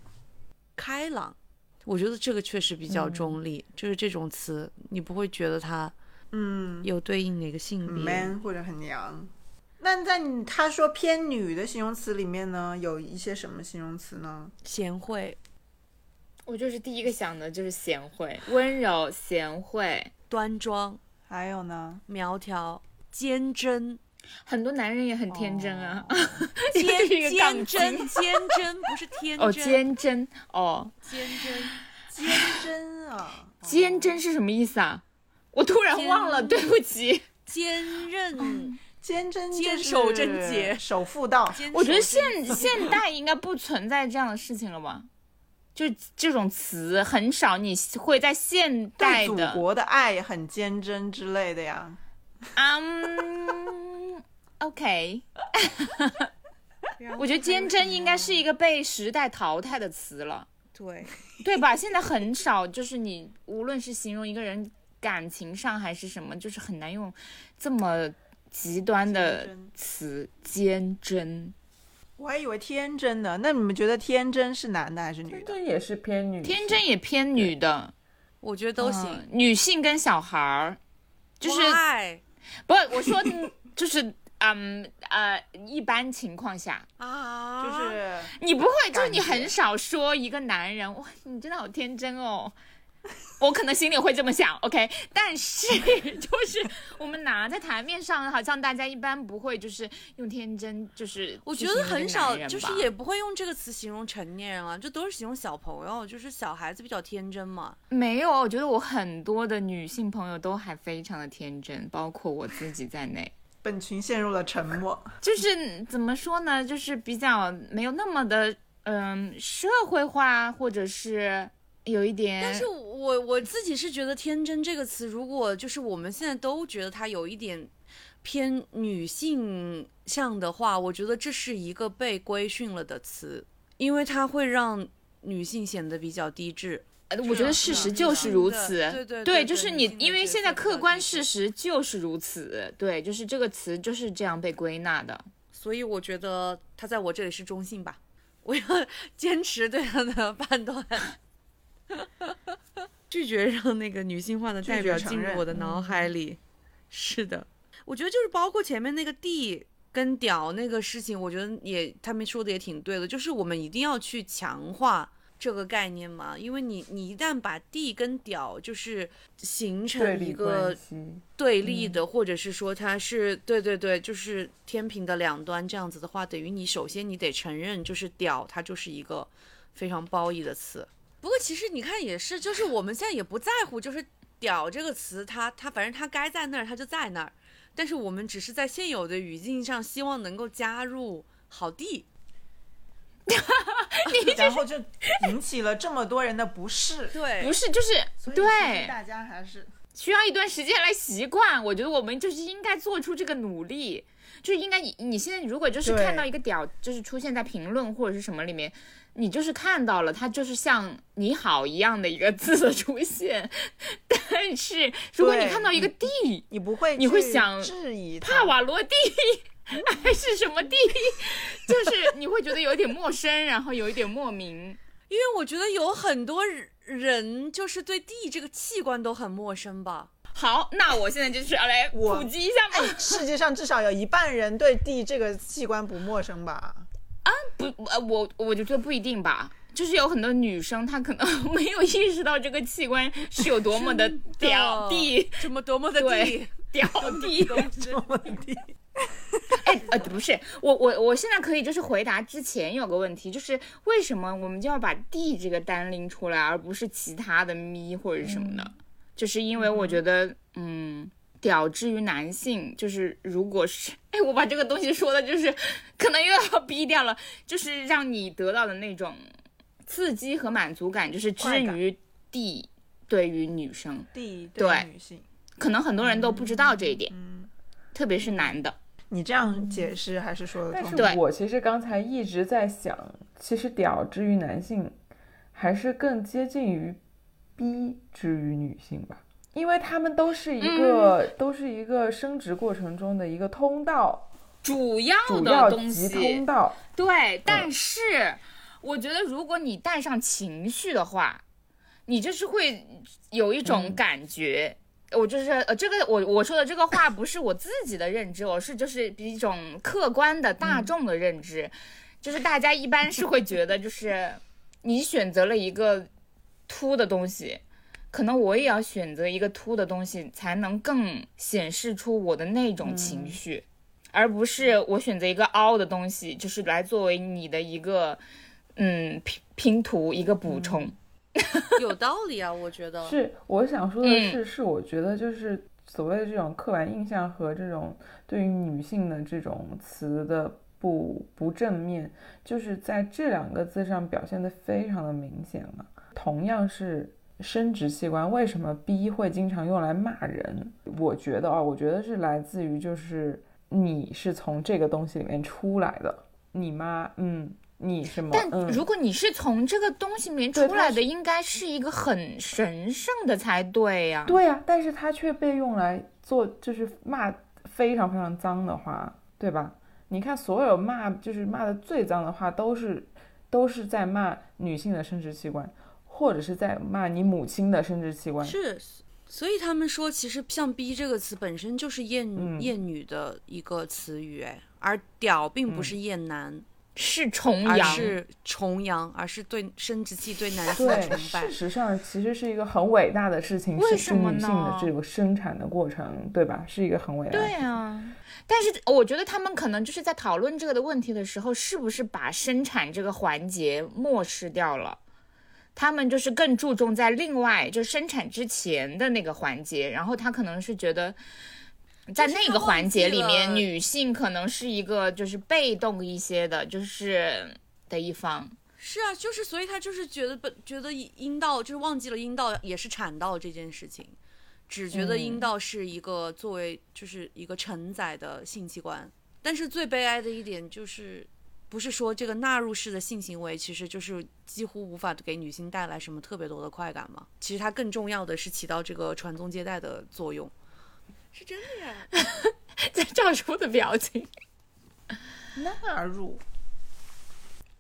S1: 开朗，我觉得这个确实比
S5: 嗯
S1: 较中立，就是这种词你不会觉得它
S2: 嗯，
S1: 有对应哪个性
S2: 很
S1: 别。
S2: man 或者很娘。那在你他说偏女的形容词里面呢，有一些什么形容词呢？
S1: 贤惠、
S5: 我就是第一个想的就是贤惠、温柔、贤惠，
S1: 端庄、
S2: 还有呢？
S1: 苗条、坚贞、
S5: [LAUGHS] 很多男人也很天真啊，
S1: [LAUGHS] 坚
S5: 是一个
S1: 哦坚
S5: 杠精
S1: 贞、坚贞，不是天真，
S5: 哦，坚贞，哦，
S1: 坚贞。
S2: 坚贞啊，
S5: [LAUGHS] 坚贞是什么意思啊？我突然忘了，
S1: 坚
S5: 对不起。
S1: 坚韧，
S5: 嗯
S2: 坚贞
S1: 坚
S2: 就是
S1: 守贞洁
S2: 守妇道。
S1: 坚
S5: 我觉得
S1: 守贞
S5: 现现代应该不存在这样的事情了吧？就这种词很少，你会在现代
S2: 对祖
S5: 的，
S2: 国的爱也很坚贞之类的呀，
S5: 嗯，OK，我觉得坚贞应该是一个被时代淘汰的词了。嗯
S1: 对，
S5: 对吧？现在很少，就是你无论是形容一个人感情上还是什么，就是很难用这么极端的词“坚贞
S2: 我还以为天真呢。那你们觉得天真是男的还是女
S3: 天
S2: 的？
S3: 真也是偏女”，性。
S5: 天真也偏女的，
S1: 我觉得都行。
S5: 嗯女性跟小孩儿，就是
S1: 爱
S5: 不，我说就是。嗯呃，一般情况下，
S1: 啊，
S2: 就是
S5: 你不会，就是
S2: 感
S5: 你
S2: 觉
S5: 很少说一个男人，哇，你真的好天真哦。我可能心里会这么想，OK，但是 [LAUGHS] 就是我们拿在台面上，好像大家一般不会就是用天真，就是
S1: 我
S5: 去
S1: 觉得
S5: 形容一
S1: 很
S5: 个
S1: 少
S5: 男，人
S1: 就是
S5: 吧
S1: 也不会用这个词形容成年人了，啊这都是形容小朋友，就是小孩子比较天真嘛。
S5: 没有。我觉得我很多的女性朋友都还非常的天真，包括我自己在内。
S2: 本群陷入了沉默。
S1: 啊
S5: 就是怎么说呢，就是比较没有那么的嗯社会化，或者是有一点，
S1: 但是我我自己是觉得“天真”这个词，如果就是我们现在都觉得它有一点偏女性向的话，我觉得这是一个被规训了的词，因为它会让女性显得比较低质。
S5: 呃我觉得事实就是如此，
S1: 是啊对对对
S5: 对，就是
S1: 女
S5: 你
S1: 性，的
S5: 因为
S1: 角色
S5: 现在
S1: 比较
S5: 客观
S1: 低
S5: 事实就是如此，对，就是这个词就是这样被归纳的。
S1: 所以我觉得他在我这里是中性吧，我要 [LAUGHS] 坚持对他的判断， [LAUGHS] 拒绝让那个女性化的代表
S2: 拒绝承
S1: 进
S2: 认
S1: 入我的脑海里。是的，我觉得就是包括前面那个地跟屌那个事情，我觉得也他们说的也挺对的，就是我们一定要去强化。这个概念嘛，因为你你一旦把地跟屌就是形
S3: 对
S1: 成一
S3: 立
S1: 个
S3: 关系，
S1: 对立的，或者是说它是对对对，就是天平的两端这样子的话，等于你首先你得承认，就是屌它就是一个非常褒义的词。不过其实你看也是，就是我们现在也不在乎，就是“屌”这个词，它它反正它该在那儿，它就在那儿。但是我们只是在现有的语境上，希望能够加入好地。
S2: 然后就引起了这么多人的不适。
S1: [LAUGHS] 对
S5: 不，是，就是
S2: 所以其实
S5: 对，
S2: 大家还是
S5: 需要一段时间来习惯。我觉得我们就是应该做出这个努力，就是应该你你现在如果就是
S2: 对
S5: 看到一个屌，就是出现在评论或者是什么里面，你就是看到了，它就是像你好一样的一个字的出现。 [LAUGHS] 但是如果你
S2: 对
S5: 看到一个地，
S2: 你不会
S5: 你会
S2: 去
S5: 想啊
S2: 质疑它
S5: 帕瓦罗蒂。还是什么地，就是你会觉得有点陌生，然后有一点莫名。
S1: 因为我觉得有很多人就是对地这个器官都很陌生吧。
S5: 好，那我现在就是要来
S2: 我
S5: 普及一下嘛。
S2: 哎世界上至少有一半人对地这个器官不陌生吧？
S5: 不，呃，我我就觉得不一定吧，就是有很多女生她可能 [LAUGHS] 没有意识到这个器官是有多么的屌地，
S1: 什么多么的
S5: 对
S1: 地，
S5: 屌地。哎，呃，不是，我我我现在可以就是回答之前有个问题，就是为什么我们就要把地这个单拎出来，而不是其他的咪或者什么的？就是因为我觉得，嗯。屌之于男性，就是如果是， [LAUGHS] 哎，我把这个东西说的，就是可能又要逼掉了，就是让你得到的那种刺激和满足感，就是之
S2: 快感
S5: 于地对于女生，
S2: 地
S5: 对
S2: 女性，
S5: 可能很多人都不知道这一点，特别是男的。
S2: 你这样解释还是说得
S3: 但
S2: 通
S3: 是
S2: 的。
S5: 对
S3: 我其实刚才一直在想，其实屌之于男性，还是更接近于逼之于女性吧，因为他们都是一个、
S5: 嗯
S3: 都是一个生殖过程中的一个通道，
S5: 主要
S3: 主
S5: 的
S3: 要
S5: 东
S3: 及
S5: 西
S3: 通，道。
S5: 对，但是我觉得如果你带上情绪的话，你就是会有一种感觉，我就是呃，这个我我说的这个话不是我自己的认知，我是就是一种客观的大众的认知，就是大家一般是会觉得就是你选择了一个秃的东西，可能我也要选择一个秃的东西，才能更显示出我的那种情绪，而不是我选择一个凹的东西，就是来作为你的一个嗯拼拼图一个补
S3: 嗯
S5: 充。
S1: 有道理啊，我觉得。嗯
S3: 是我想说的是，是我觉得就是所谓的这种刻板印象和这种对于女性的这种词的不不正面，就是在这两个字上表现的非常的明显了。同样是生殖器官，为什么 B 会经常用来骂人？我觉得啊、我觉得是来自于就是你是从这个东西里面出来的，你妈，嗯，你什么？
S5: 但
S3: 嗯
S5: 如果你是从这个东西里面
S3: 对
S5: 出
S3: 它
S5: 来的，
S3: 是
S5: 应该是一个很神圣的才对呀、
S3: 对呀、但是它却被用来做，就是骂非常非常脏的话，对吧？你看，所有骂就是骂的最脏的话，都是都是在骂女性的生殖器官，或者是在骂你母亲的生殖器官。
S1: 是，所以他们说，其实像“逼”这个词本身就是厌女、
S3: 嗯
S1: 厌女的一个词语，哎，而“屌”并
S3: 嗯
S1: 不是厌男，
S5: 是崇
S1: 而
S5: 洋，
S1: 是崇洋，而是对生殖器对男性的
S3: 对，
S1: 崇拜
S3: 事。实上其实是一个很伟大的事情，
S5: 为
S3: 是
S5: 什
S3: 是
S5: 么
S3: 女性
S5: 呢
S3: 的这个生产的过程，对吧？是一个很伟大的
S5: 对
S3: 事情。
S5: 啊，但是我觉得他们可能就是在讨论这个的问题的时候，是不是把生产这个环节漠视掉了？他们就是更注重在另外就生产之前的那个环节，然后他可能是觉得。在
S1: 就是
S5: 那
S1: 他
S5: 个
S1: 忘
S5: 环节
S1: 记
S5: 里面，
S1: 了
S5: 女性可能是一个就是被动一些的，就是的一方。 [LAUGHS]
S1: 是啊，就是所以他就是觉得不觉得阴道就是忘记了阴道也是产道这件事情，只觉得阴道是一个作为就是一个承载的性器官。但是最悲哀的一点就是，不是说这个纳入式的性行为其实就是几乎无法给女性带来什么特别多的快感嘛？其实它更重要的是起到这个传宗接代的作用。是真的呀，
S5: 在赵叔的表情，
S2: 纳入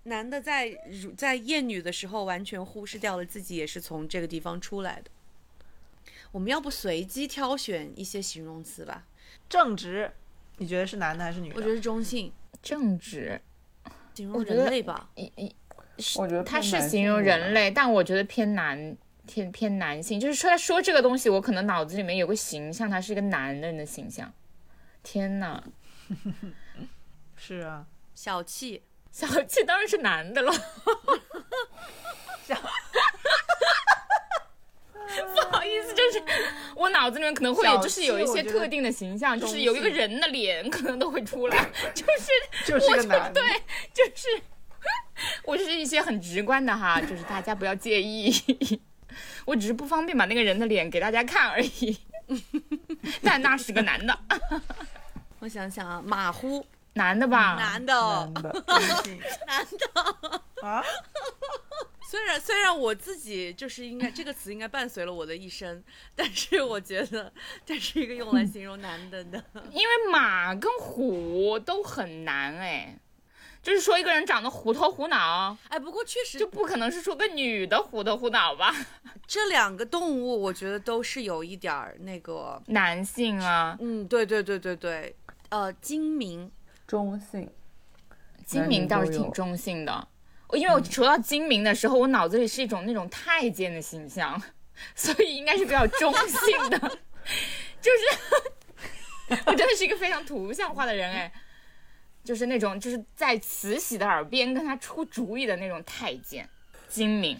S1: 男的在乳在厌女的时候，完全忽视掉了自己也是从这个地方出来的。我们要不随机挑选一些形容词吧？
S2: 正直，你觉得是男的还是女的？
S1: 我觉得中性，
S5: 正直，
S1: 形
S5: 我
S1: 容
S5: 觉
S1: 人
S5: 得
S1: 类吧。
S5: 一一
S3: 我觉得
S5: 它
S3: 偏
S5: 是
S3: 男
S5: 形
S3: 性
S5: 容
S3: 的
S5: 人类，但我觉得偏男，偏偏男性。就是说，说这个东西，我可能脑子里面有个形象，他是一个男人的形象。天哪，
S2: 是啊，
S1: 小气，
S5: 小气当然是男的了。 [LAUGHS] 不好意思，就是我脑子里面可能会
S2: 小气
S5: 就是有一些
S2: 我觉得
S5: 特定的形象，就是有一个
S2: 东西
S5: 人的脸可能都会出来，
S3: [LAUGHS]
S5: 就是
S2: 就是个男的，
S5: 就是，我是一些很直观的哈，就是大家不要介意，我只是不方便把那个人的脸给大家看而已。 [LAUGHS] 但那是个男的，
S1: 我想想啊，马虎，
S5: 男的吧？
S1: 男的哦
S2: 男，的，男的啊，
S1: 虽然虽然我自己就是应该这个词应该伴随了我的一生，但是我觉得这是一个用来形容男的的。
S5: 因为马跟虎都很难哎，就是说一个人长得虎头虎脑，
S1: [LAUGHS] 哎，不过确实
S5: 就不可能是说个女的虎头虎脑吧？
S1: 这两个动物，我觉得都是有一点儿那个，
S5: 男性啊，
S1: 嗯，对对对对对，呃，精明，
S3: 中性，
S5: 精明倒是挺中性的。我因为我说到精明的时候，我脑子里是一种那种太监的形象，所以应该是比较中性的， [LAUGHS] 就是我真的是一 [LAUGHS] 个非常图像化的人哎，就是那种就是在慈禧的耳边跟他出主意的那种太监，精明。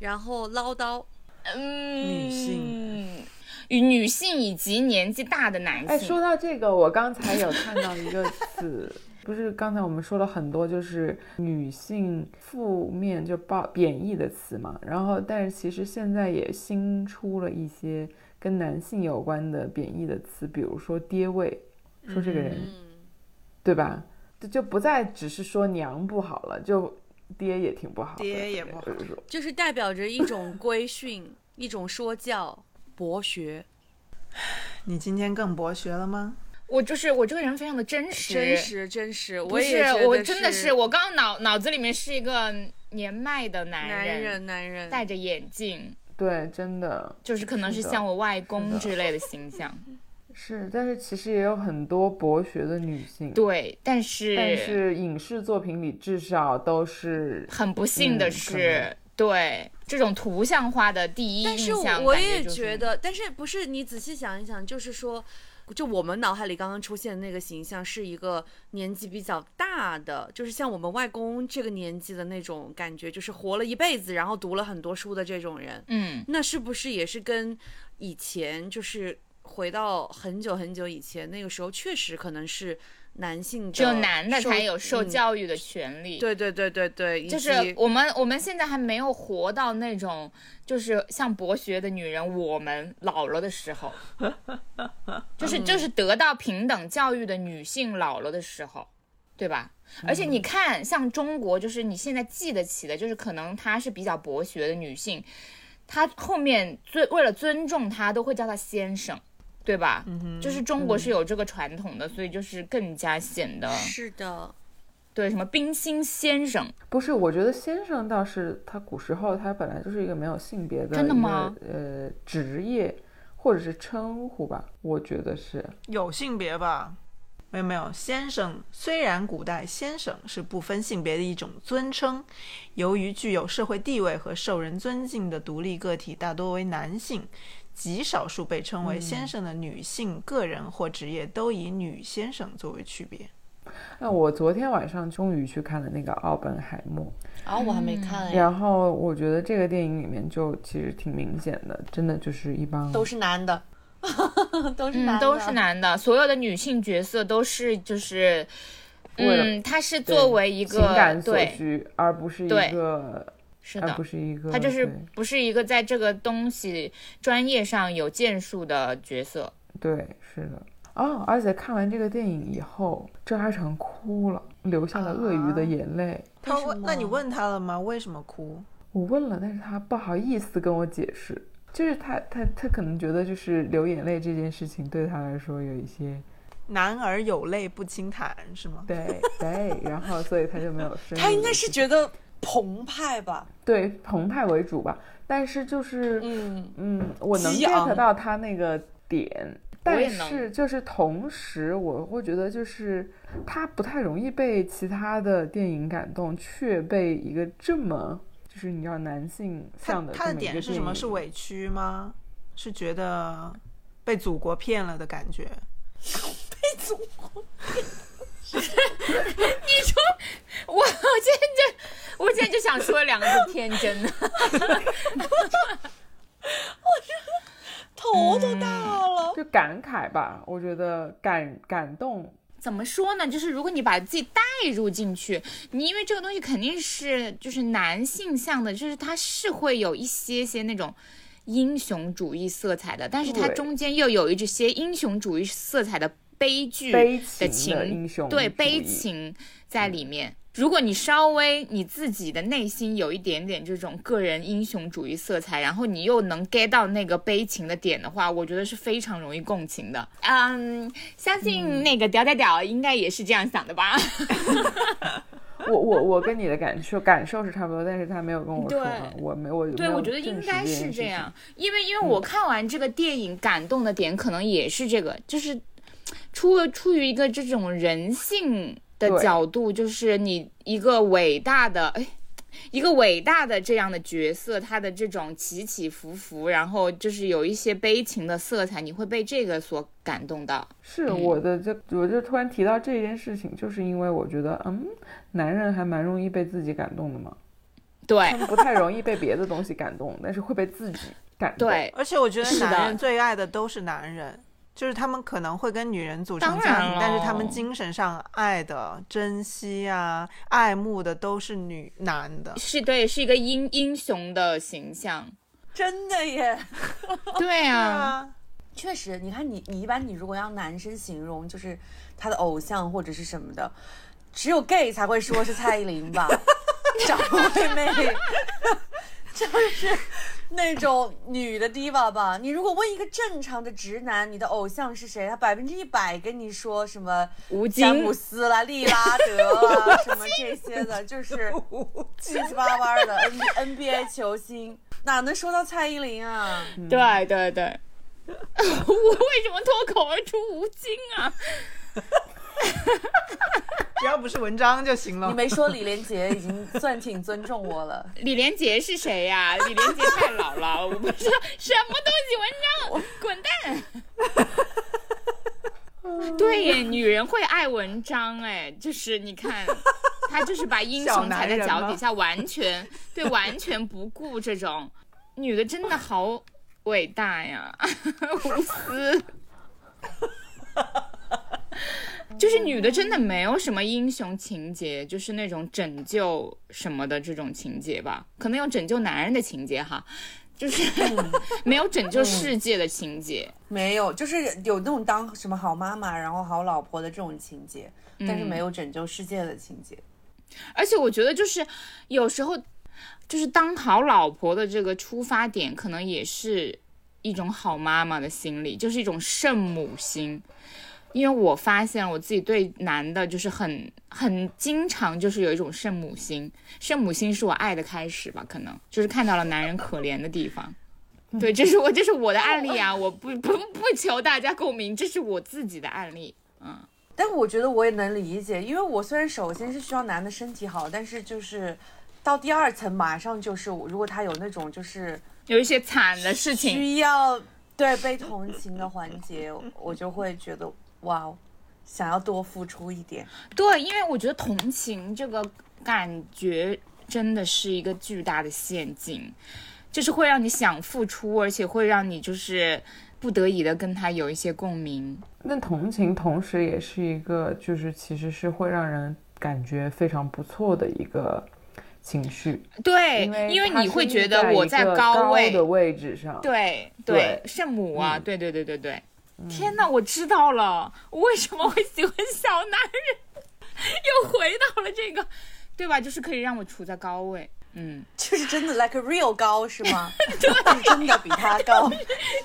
S1: 然后唠叨，
S5: 嗯，
S2: 女性
S5: 与女性以及年纪大的男
S3: [LAUGHS]
S5: 性。
S3: 哎，说到这个，我刚才有看到一个词，不是刚才我们说了很多就是女性负面就褒贬义的词嘛，然后但是其实现在也新出了一些跟男性有关的贬义的词，比如说爹味，说这个人，
S1: 嗯，
S3: 对吧？就就不再只是说娘不好了，就爹也挺不好的，
S2: 爹也不好
S3: 就是说
S1: 就是代表着一种规训，一种说教，博学，
S2: 你今天更博学了吗？
S5: 我就是我这个人非常的真实，
S1: 真实真实，
S5: 不
S1: 我
S5: 是
S1: 也觉得
S5: 我真的
S1: 是
S5: 是我刚刚脑脑子里面是一个年迈的男
S1: 男人男人，
S5: 戴着眼镜，
S3: 对，真的。
S5: 就是可能是
S3: 是的
S5: 像我外
S3: 是
S5: 公
S3: 的
S5: 之类的形
S1: [LAUGHS]
S5: 象。
S3: 是，但是其实也有很多博学的女性，
S5: 对，但是
S3: 但是影视作品里至少都是
S5: 很不幸的
S3: 嗯
S5: 是，对这种图像化的第一
S1: 但
S5: 印
S1: 是
S5: 象，感
S1: 我也
S5: 就是
S1: 觉得，但是不是你仔细想一想，就是说，就我们脑海里刚刚出现的那个形象，是一个年纪比较大的，就是像我们外公这个年纪的那种感觉，就是活了一辈子，然后读了很多书的这种人，
S5: 嗯，
S1: 那是不是也是跟以前就是回到很久很久以前那个时候，确实可能是男性的
S5: 只有男的
S1: 受
S5: 才有受
S1: 嗯
S5: 教育的权利。
S1: 对对对对对，以
S5: 就是
S1: 及
S5: 我们我们现在还没有活到那种就是像博学的女人，我们老了的时
S1: [LAUGHS]
S5: 候，就是
S1: 嗯
S5: 就是得到平等教育的女性老了的时候，对吧？
S1: 嗯
S5: 而且你看，像中国，就是你现在记得起的，就是可能她是比较博学的女性，她后面尊为了尊重她，都会叫她先生，对吧？
S1: 嗯
S5: 就是中国是有这个传统的，所以就是更加显得
S1: 嗯是的，
S5: 对什么冰心先生，
S3: 不是？我觉得先生倒是他古时候他本来就是一个没有性别的
S5: 真的
S3: 一个
S5: 吗
S3: 呃，职业或者是称呼吧，我觉得是。
S2: 有性别吧？没有没有，先生虽然古代先生是不分性别的一种尊称，由于具有社会地位和受人尊敬的独立个体大多为男性，极少数被称
S3: 嗯
S2: 为先生的女性个人或职业都以女先生作为区别。
S3: 那我昨天晚上终于去看了那个《奥本海默》，
S1: 啊，我还没看哎，
S3: 然后我觉得这个电影里面就其实挺明显的，真的就是一帮
S1: 都是男的， [LAUGHS] 都是男的，
S5: 嗯，都是男的，所有的女性角色都是就是，
S3: 为了
S5: 嗯，她是
S3: 对
S5: 作为一
S3: 情
S5: 个
S3: 感所
S5: 对，
S3: 需，而不是一
S5: 对
S3: 个
S5: 是
S3: 而
S5: 的
S3: 不，是一个，
S5: 她就是
S3: 对
S5: 不是一个在这个东西专业上有建树的角色。
S3: 对，是的。哦，而且看完这个电影以后，赵嘉诚哭了，流下了鳄鱼的眼泪。
S2: 他问，那你问他了吗？为什么哭？
S3: 我问了，但是他不好意思跟我解释，就是他他他可能觉得就是流眼泪这件事情对他来说有一些
S2: 男儿有泪不轻弹是吗？
S3: 对 [LAUGHS] 对，然后所以他就没有深入。
S1: 他应该是觉得澎湃吧？
S3: 对澎湃为主吧，但是就是
S1: 嗯，
S3: 嗯，我能
S1: 激昂
S3: get 到他那个点，
S5: 我也
S3: 但
S5: 能
S3: 是就是同时，我会觉得就是他不太容易被其他的电影感动，却被一个这么就是你知道男性
S2: 他
S3: 向的
S2: 他的
S3: 这么一个
S2: 点是
S3: 电
S2: 什么？
S3: 影
S2: 是委屈吗？是觉得被祖国骗了的感觉？
S5: 我我现在就我现在就想说两个字：天真。
S2: 头都大了。
S3: 就感慨吧，我觉得感感动，
S5: 怎么说呢？就是如果你把自己带入进去，你因为这个东西肯定是就是男性向的，就是它是会有一些些那种英雄主义色彩的，但是它
S3: 对
S5: 中间又有一这些英雄主义色彩的悲剧
S3: 悲
S5: 的
S3: 情
S5: 情，
S3: 的英雄
S5: 对
S3: 主
S5: 悲
S3: 义嗯
S5: 情在里面。如果你稍微你自己的内心有一点点这种个人英雄主义色彩，然后你又能 get 到那个悲情的点的话，我觉得是非常容易共情的。嗯，相信那个屌屌屌应该也是这样想的吧？
S3: 我我我跟你的感受感受是差不多，但是他没有跟我说啊，
S5: 对
S3: 我没我
S5: 对，
S3: 没有
S5: 我觉得
S3: 证
S5: 应
S3: 实
S5: 该
S3: 件
S5: 是
S3: 事
S5: 这
S3: 情
S5: 样，，因为
S3: 嗯
S5: 因为我看完这个电影，感动的点可能也是这个，就是出了出于一个这种人性的
S3: 对
S5: 角度，就是你一个伟大的哎。一个伟大的这样的角色，他的这种起起伏伏，然后就是有一些悲情的色彩，你会被这个所感动到。
S3: 是我的就我就突然提到这件事情，就是因为我觉得嗯，男人还蛮容易被自己感动的
S5: [LAUGHS]
S3: 嘛，
S5: 对
S3: 他们不太容易被别的东西感动，但是会被自己感动。
S5: 对，
S2: 而且我觉得
S5: 是的
S2: 男人最爱的都是男人，就是他们可能会跟女人组成
S5: 当
S2: 家
S5: 然
S2: 庭，但是他们
S5: 喽
S2: 精神上爱的、珍惜啊、爱慕的都是女男的，
S5: 是对，是一个英英雄的
S3: [LAUGHS]
S5: 形象。
S1: 真的耶。
S5: 对
S2: 对
S5: 啊，
S2: 啊，
S1: 确实，你看你你一般你如果让男生形容就是他的偶像或者是什么的，只有 gay 才会说是蔡依林吧，张惠妹， [LAUGHS] 就是那种女的 diva 吧。你如果问一个正常的直男，你的偶像是谁，他百分之一百跟你说什么
S5: 吴
S1: 詹
S5: 京
S1: 姆斯啦、利拉德
S5: [LAUGHS]
S1: 啦什么这些的，就是七七八八的 N NBA 球星，哪能说到蔡依林啊？
S5: 对对对， [LAUGHS] 我为什么脱口而出吴京啊？。
S2: 只要不是文章就行
S1: 你
S2: 了。
S1: 没说李连杰已经算挺尊重我了
S5: 李连杰是谁呀、李连杰太老了，我不知道什么东西文章，滚蛋！对耶，女人会爱文章哎，就是你看，她就是把英雄踩在脚底下，完全对，完全不顾这种女的真的好伟大呀， [LAUGHS] 无私。就是女的真的没有什么英雄情节，就是那种拯救什么的这种情节吧，可能有拯救男人的情节哈，就是 [LAUGHS] 没有拯救世界的情节。
S1: [LAUGHS] 没有，就是有那种当什么好妈妈，然后好老婆的这种情节，但是没有拯救世界的情节。
S5: 而且我觉得就是有时候，就是当好老婆的这个出发点，可能也是一种好妈妈的心理，就是一种圣母心。因为我发现我自己对男的，就是很很经常就是有一种圣母心，圣母心是我爱的开始吧，可能就是看到了男人可怜的地方。 [LAUGHS] 对，这是我这是我的案例啊，我不不不求大家共鸣，这是我自己的案例。
S1: 但我觉得我也能理解，因为我虽然首先是需要男的身体好，但是就是到第二层马上就是，如果他有那种就是
S5: 有一些惨的事情，
S1: 需要对被同情的环节，我就会觉得哇哦，想要多付出一点。 [LAUGHS]
S5: 对，因为我觉得同情这个感觉真的是一个巨大的陷阱，就是会让你想付出，而且会让你就是不得已的跟他有一些共鸣。
S3: 那同情同时也是一个，就是其实是会让人感觉非常不错的一个情绪，
S5: 对，哎因
S3: 因为它
S5: 你
S3: 是
S5: 会
S3: 立
S5: 觉得我
S3: 一
S5: 在
S3: 个
S5: 高
S3: 高
S5: 位，
S3: 的位置上，
S5: 对
S3: 对嗯
S5: 圣母啊，对对对对对。天哪，我知道了，我为什么会喜欢小男人， [LAUGHS] 又回到了这个，对吧？就是可以让我处在高位，嗯。
S1: 就是真的 like a real 高是 [LAUGHS] 吗？就是真的比他高，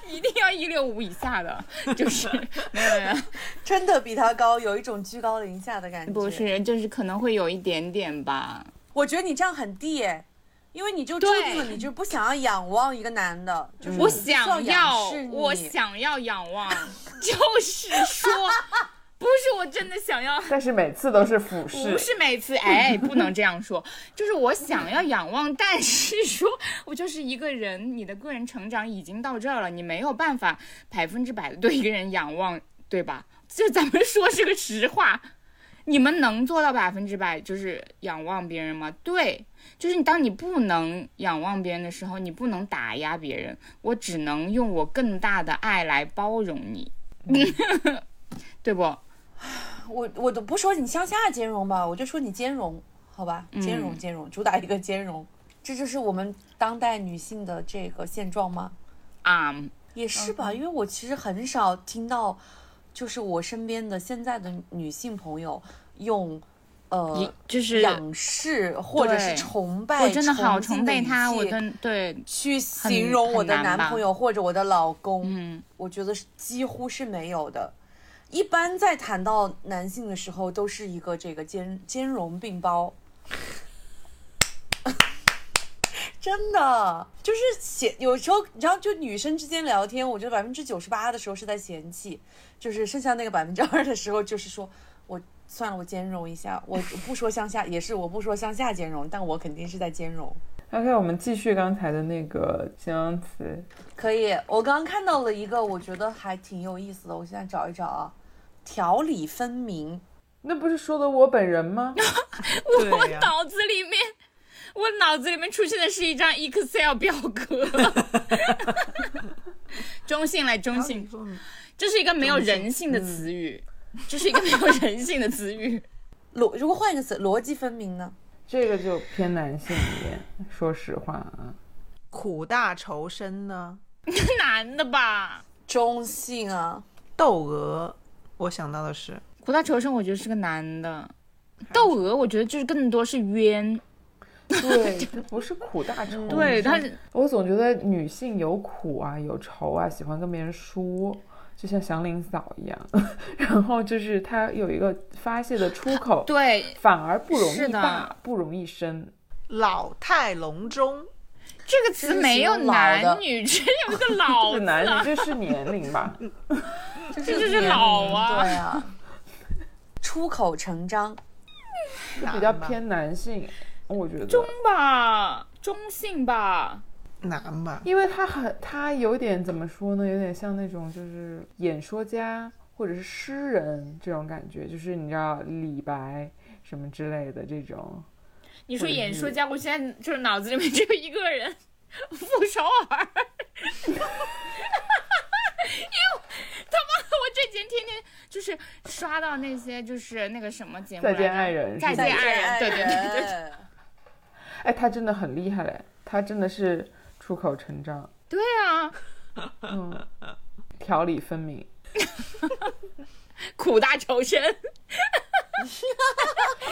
S5: 一定要一六五以下的，
S3: [LAUGHS]
S5: 就是没有没有，
S1: 真的比他高，有一种居高临下的感觉。
S5: 不，是，就是可能会有一点点吧。
S1: 我觉得你这样很低哎，因为你就注定了，
S5: 对
S1: 你就不想要仰望一个男的，就是
S5: 嗯我
S1: 你必须要
S5: 想
S1: 仰
S5: 要
S1: 视，你
S5: 我想要仰 [LAUGHS] 望，就是 [LAUGHS] 说，不是我真的想要，
S3: 但是每次都是俯
S5: 不
S3: 视，
S5: 是每次，哎，不能这样说，就是我想要仰望，但是说我就是一个人，你的个人成长已经到这儿了，你没有办法百分之百的对一个人仰望，对吧？就咱们说是个实话。你们能做到百分之百就是仰望别人吗？对，就是你当你不能仰望别人的时候，你不能打压别人，我只能用我更大的爱来包容你，
S1: 嗯
S5: [LAUGHS] 对不？
S1: 我我都不说你向下兼容吧，我就说你兼容，好吧，
S5: 嗯
S1: 兼容兼容，主打一个兼容，这就是我们当代女性的这个现状吗？
S5: 啊、
S1: 也是吧，因为我其实很少听到，就是我身边的现在的女性朋友用，
S5: 一
S1: 呃，
S5: 就是
S1: 仰视或者是
S5: 对
S1: 崇拜，
S5: 我真的好
S1: 崇敬
S5: 崇拜他，
S1: 语
S5: 我
S1: 气
S5: 真对，
S1: 去
S5: 很
S1: 形容我的
S5: 很难
S1: 男
S5: 吧
S1: 朋友或者我的老公， [LAUGHS]
S5: 嗯，
S1: 我觉得是几乎是没有的。一般在谈到男性的时候，都是一个这个兼兼容并包， [LAUGHS] 真的就是嫌有时候，你知道，就女生之间聊天，我觉得百分之九十八的时候是在嫌弃，就是剩下那个百分之二的时候，就是说我算了，我兼容一下，我不说向下，也是我不说向下兼容，但我肯定是在兼容。
S3: OK，我们继续刚才的那个形容词，
S1: 可以，我刚刚看到了一个，我觉得还挺有意思的，我现在找一找啊。条理分明，
S3: 那不是说的我本人
S5: [LAUGHS]
S3: 吗？
S5: 我
S2: 对呀、
S5: 脑子里面，我脑子里面出现的是一张 Excel 表格。 [LAUGHS] 中性来中性，
S2: 嗯
S5: 这是一个没有人性的词语，这是一个没有人性的词语。 [LAUGHS]
S1: 逻如果换一个词，逻辑分明呢？
S3: 这个就偏男性一点，说实话啊，
S2: 苦大仇深呢？
S5: 男的吧，
S1: 中性啊，
S2: 窦娥，我想到的是
S5: 苦大仇深，我觉得是个男的。窦娥，我觉得就是更多是冤，
S3: 对，他不是苦大仇深。
S5: 对他，
S3: 我总觉得女性有苦啊，有仇啊，喜欢跟别人说，就像祥林嫂一样， [LAUGHS] 然后就是她有一个发泄的出口，
S5: [LAUGHS] 对，
S3: 反而不容
S5: 是
S3: 易
S5: 的
S3: 大，不容易深。
S2: 老态龙钟，
S5: 这个词没有
S1: 这是形容老的
S5: 男女，只有个老
S3: 这
S5: 字
S3: 个男人，
S5: 了
S3: 这是年龄
S5: [LAUGHS]
S3: 吧？
S1: 这
S5: 这就是
S1: 年龄
S5: 老啊
S1: 对啊，出口成章，
S3: 就比较偏男性，我觉得
S5: 中，吧，中性吧，
S2: 难吧？
S3: 因为他很他有点怎么说呢，有点像那种就是演说家或者是诗人这种感觉，就是你知道李白什么之类的这种。
S5: 你
S3: 或
S5: 说
S3: 者
S5: 演
S3: 是
S5: 说家，我现在就是脑子里面只有一个人，傅首尔。 [LAUGHS] 因为他妈的，我这几天天天就是刷到那些就是那个什么节目来
S3: 再
S5: 着，
S3: 见爱人是
S5: 再
S3: 吧
S5: 见爱人，对对对对
S1: 对，
S3: 哎，他真的很厉害嘞，他真的是出口成章，
S5: 对啊，
S3: 嗯，条理分明。
S5: 苦大仇深，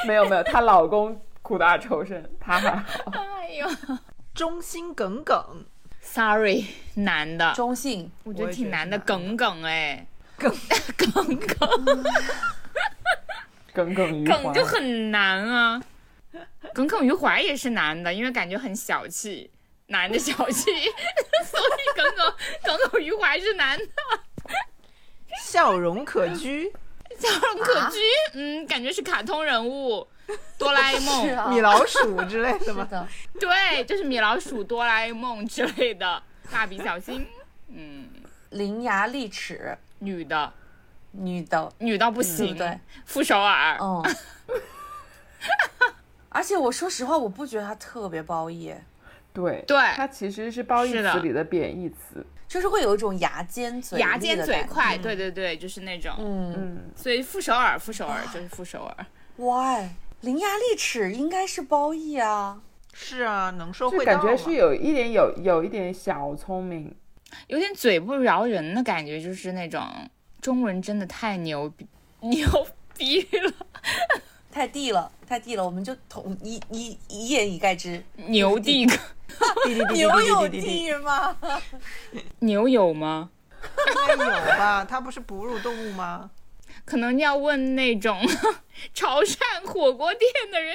S3: 没有没有，她老公苦大仇深，她还好。
S5: 哎呦
S2: 忠心耿耿，
S5: ，sorry，男的，
S1: 中性，
S5: 我觉得
S2: 我也觉
S5: 挺
S2: 得
S5: 难
S2: 是
S5: 的，
S2: 男的
S5: 耿耿哎，
S2: 耿
S5: [LAUGHS] 耿耿
S3: 耿耿于怀
S5: 耿。就很难啊，耿耿于怀也是男的，因为感觉很小气，男的小气，所 [LAUGHS] 以耿耿耿耿于怀是男的，
S2: 笑容可
S3: [LAUGHS]
S2: 掬，
S5: 笑容可
S1: 啊
S5: 掬，嗯，感觉是卡通人物，哆啦
S1: [LAUGHS]
S5: A
S1: 是
S5: 梦，
S3: 哦
S1: 啊，
S2: 米老鼠之类的
S1: 是
S3: [LAUGHS]
S2: 吗？
S1: 的，
S5: 对，就是米老鼠、哆啦 A 梦之类的，蜡笔小新，嗯，
S1: 伶牙俐齿，
S5: 女的，
S1: 女的，
S5: 女到不
S1: 对
S5: 行，
S1: 不嗯对？
S5: 傅首尔， [LAUGHS]
S1: 嗯。而且我说实话，我不觉得他特别褒义，
S3: 对
S5: 对
S3: 它其实是褒义
S5: 是的
S3: 词里的贬义词。
S1: 就是会有一种牙尖嘴利的
S5: 牙尖嘴
S1: 感觉，
S5: 快，对对对，就是那种，
S1: 嗯
S3: 嗯，
S5: 所以傅首尔，傅首尔就是傅首尔，
S1: ，why？伶牙俐齿应该是褒义啊，
S2: 是啊，能说
S3: 就
S2: 会道
S3: 感
S2: 吗？
S3: 觉是有一点有有一点小聪明，
S5: 有点嘴不饶人的感觉，就是那种中文真的太牛逼 [LAUGHS] 牛逼了，
S1: 太地了，太地了，我们就统一一一言以概 [LAUGHS] 之。
S5: 牛地个
S2: 滴滴滴滴
S1: 牛有
S2: 滴滴滴滴，
S1: 地吗？
S5: 牛有吗？
S2: 应该有吧？它不是哺乳动物吗？
S5: 可能要问那种 [LAUGHS] 潮汕火锅店的人。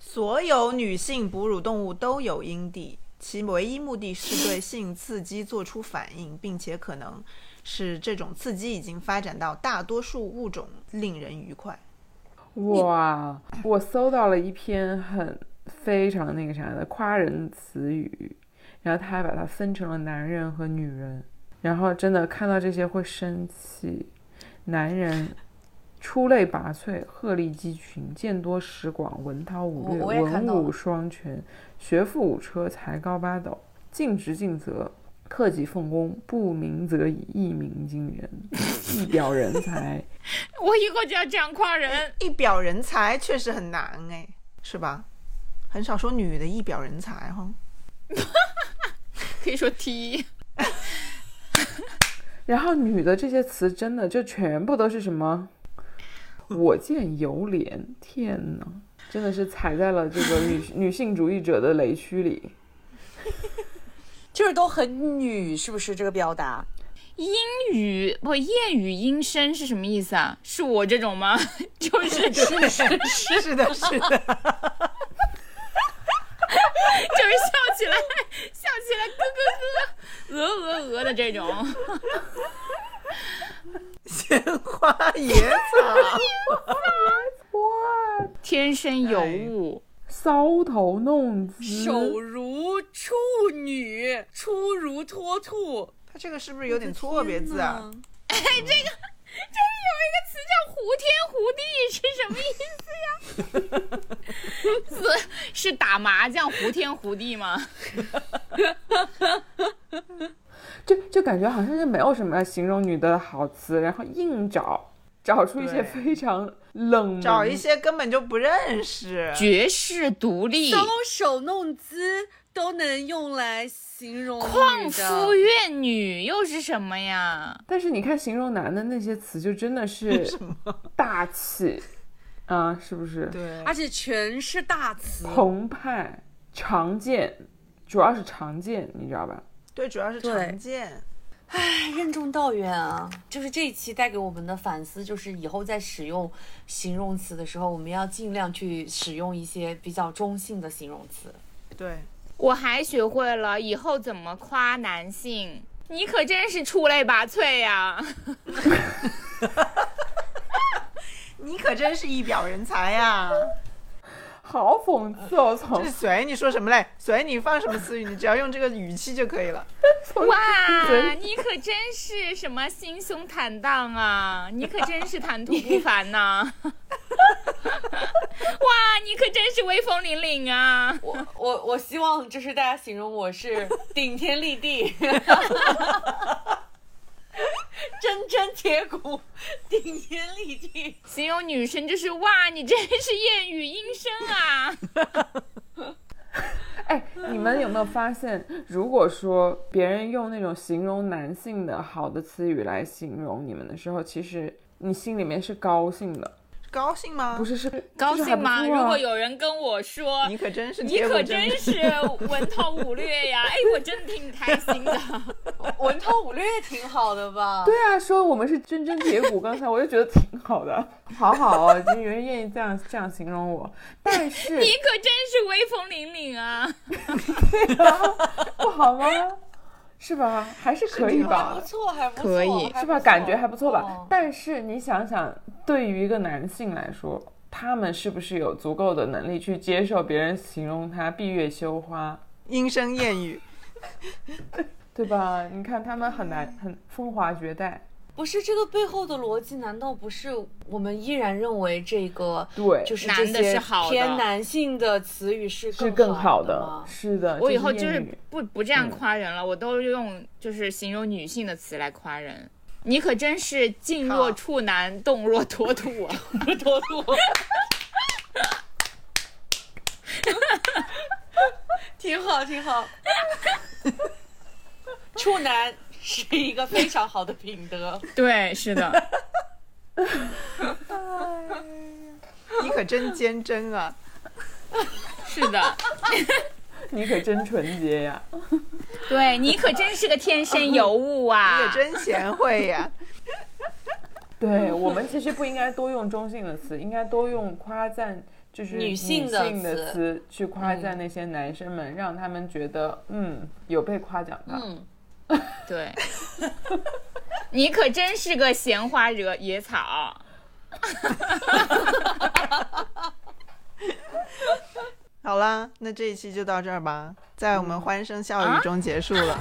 S2: 所有女性哺乳动物都有阴蒂，其唯一目的是对性刺激做出反应，并且可能是这种刺激已经发展到大多数物种令人愉快。
S3: 哇！我搜到了一篇很非常那个啥的夸人词语，然后他还把它分成了男人和女人，然后真的看到这些会生气。男人出类拔萃，鹤立鸡群，见多识广，文韬武略，
S6: 我我也看
S3: 文
S6: 到了
S3: 武双全，学富五车，才高八斗，尽职尽责，克己奉公，不鸣则已，一鸣惊人， [LAUGHS] 一表人才。
S5: 我以后就要这样夸人。
S2: 一表人才确实很难哎，是吧？很少说女的一表人才哈。
S5: 可以说 T，
S3: 然后女的这些词真的就全部都是什么？我见犹怜，天哪，真的是踩在了这个
S2: [LAUGHS]
S3: 女女性主义者的雷区里。
S6: [LAUGHS] 就是都很女，是不是这个表达？
S5: 英语不谚语音声是什么意思啊？是我这种吗？ [LAUGHS] 就是就是就是笑
S2: 是的，是的， [LAUGHS]
S5: 起来笑起来咯咯咯，鹅鹅鹅的这种。
S2: 鲜花野草， [LAUGHS]
S3: 哇，
S5: 天生尤物，
S3: 搔头弄姿，
S5: 嗯
S6: 手如处女，出如脱兔。
S2: 它这个是不是有点错别字啊？
S1: 天哪？
S5: 词叫“胡天胡地”是什么意思呀？ [LAUGHS] 是是打麻将胡天胡地吗？
S3: 就就感觉好像是没有什么形容女的好词，然后硬找，找出一些
S2: 对
S3: 非常冷门，
S2: 找一些根本就不认识。
S5: 绝世独立，
S1: 搔首弄姿都能用来形容女
S5: 旷
S1: 的
S5: 夫怨女又是什么呀？
S3: 但是你看形容男的那些词，就真
S2: [LAUGHS]
S3: 的是大气啊，是不是？
S2: 对
S1: 而且全是大
S6: [LAUGHS]
S1: 词。
S3: 澎湃、常见，主要是常见，你知道吧？
S2: 对，主要是
S1: 对
S2: 常见。
S6: 任重道远啊！就是这一期带给我们的反思，就是以后在使用形容词的时候，我们要尽量去使用一些比较中性的形容词。
S2: 对，
S5: 我还学会了以后怎么夸男性，你可真是出类拔萃呀、
S2: 你可真是一表人才呀、
S3: 好讽刺哦！从
S2: 这随你说什么嘞，随你放什么词语，你只要用这个语气就可以了。
S3: 从
S5: 哇，
S3: 嘴
S5: 你可真是什么心胸坦荡啊！你可真是谈吐不凡呐、
S3: [LAUGHS]
S5: 哇，你可真是威风凛凛啊！
S6: 我我我希望就是大家形容我是顶天立地，针针铁骨，顶天立地。
S5: 形容女生就是哇，你真是艳语音声
S3: [LAUGHS]
S5: 啊！
S3: 哎，你们有没有发现，如果说别人用那种形容男性的好的词语来形容你们的时候，其实你心里面是高兴的，
S2: 高兴吗？
S3: 不，是是
S5: 高
S3: 就是还
S5: 兴
S3: 不
S5: 吗？
S3: 错啊
S5: 如果有人跟我说。
S2: 你可真是
S5: 你
S2: 贴
S5: 可
S2: 过针
S5: 真是
S3: [LAUGHS]
S5: 文韬武略呀！哎，我真的挺开心的。
S6: 文韬武略挺好的吧？
S3: 对啊，说我们是真真铁骨，刚才我就觉得挺好
S5: [LAUGHS]
S3: 的，好好哦，就有人愿意这样这样形容我，但是
S5: 你可真是威风凛凛啊！
S3: 不好吗？是吧？还是可以吧？
S6: 不错，还不错，
S5: 可以
S6: 还
S3: 是
S6: 不
S3: 吧？
S6: 错
S3: 感觉还不错吧？
S6: 嗯
S3: 但是你想想，对于一个男性来说，他们是不是有足够的能力去接受别人形容他闭月羞花，
S2: 莺声燕语。
S3: 对吧？你看他们很难，很风华绝代，
S6: 不是这个背后的逻辑，难道不是我们依然认为这个
S3: 对，
S6: 就是
S5: 男
S6: 这
S5: 的是
S6: 些
S5: 好的
S6: 偏男性的词语是
S3: 是
S6: 更
S3: 更好
S6: 的
S3: 的
S6: 吗，？
S3: 是的。
S5: 我以后
S3: 这
S5: 就
S3: 谚
S5: 是
S3: 语
S5: 不不这样
S2: 嗯
S5: 夸人了，我都用就是形容女性的词来夸人。你可真是静若
S2: 好
S5: 处男，动若脱兔
S2: [LAUGHS]
S5: 啊！
S6: 多多，挺好，挺好。 [LAUGHS] 处男是一个非常好的品德，
S5: [LAUGHS] 对，是的，
S2: [LAUGHS] 你可真坚贞啊！
S5: 是的，
S3: 你可真纯洁呀！
S5: 对你可真是个天生尤物
S2: 你
S5: 啊
S2: 可！真贤惠
S5: [LAUGHS]
S2: 呀、
S3: 对我们其实不应该多用中性的词，应该多用夸赞，就是
S6: 女性的
S3: 的
S6: 词
S3: 词去夸赞那些男生们，让他们觉得嗯有被夸奖到。
S6: 嗯，
S5: 对， [LAUGHS] 你可真是个闲花惹野草。嗯啊
S2: 好啦，那这一期就到这儿吧，在我们欢声笑语中结束了。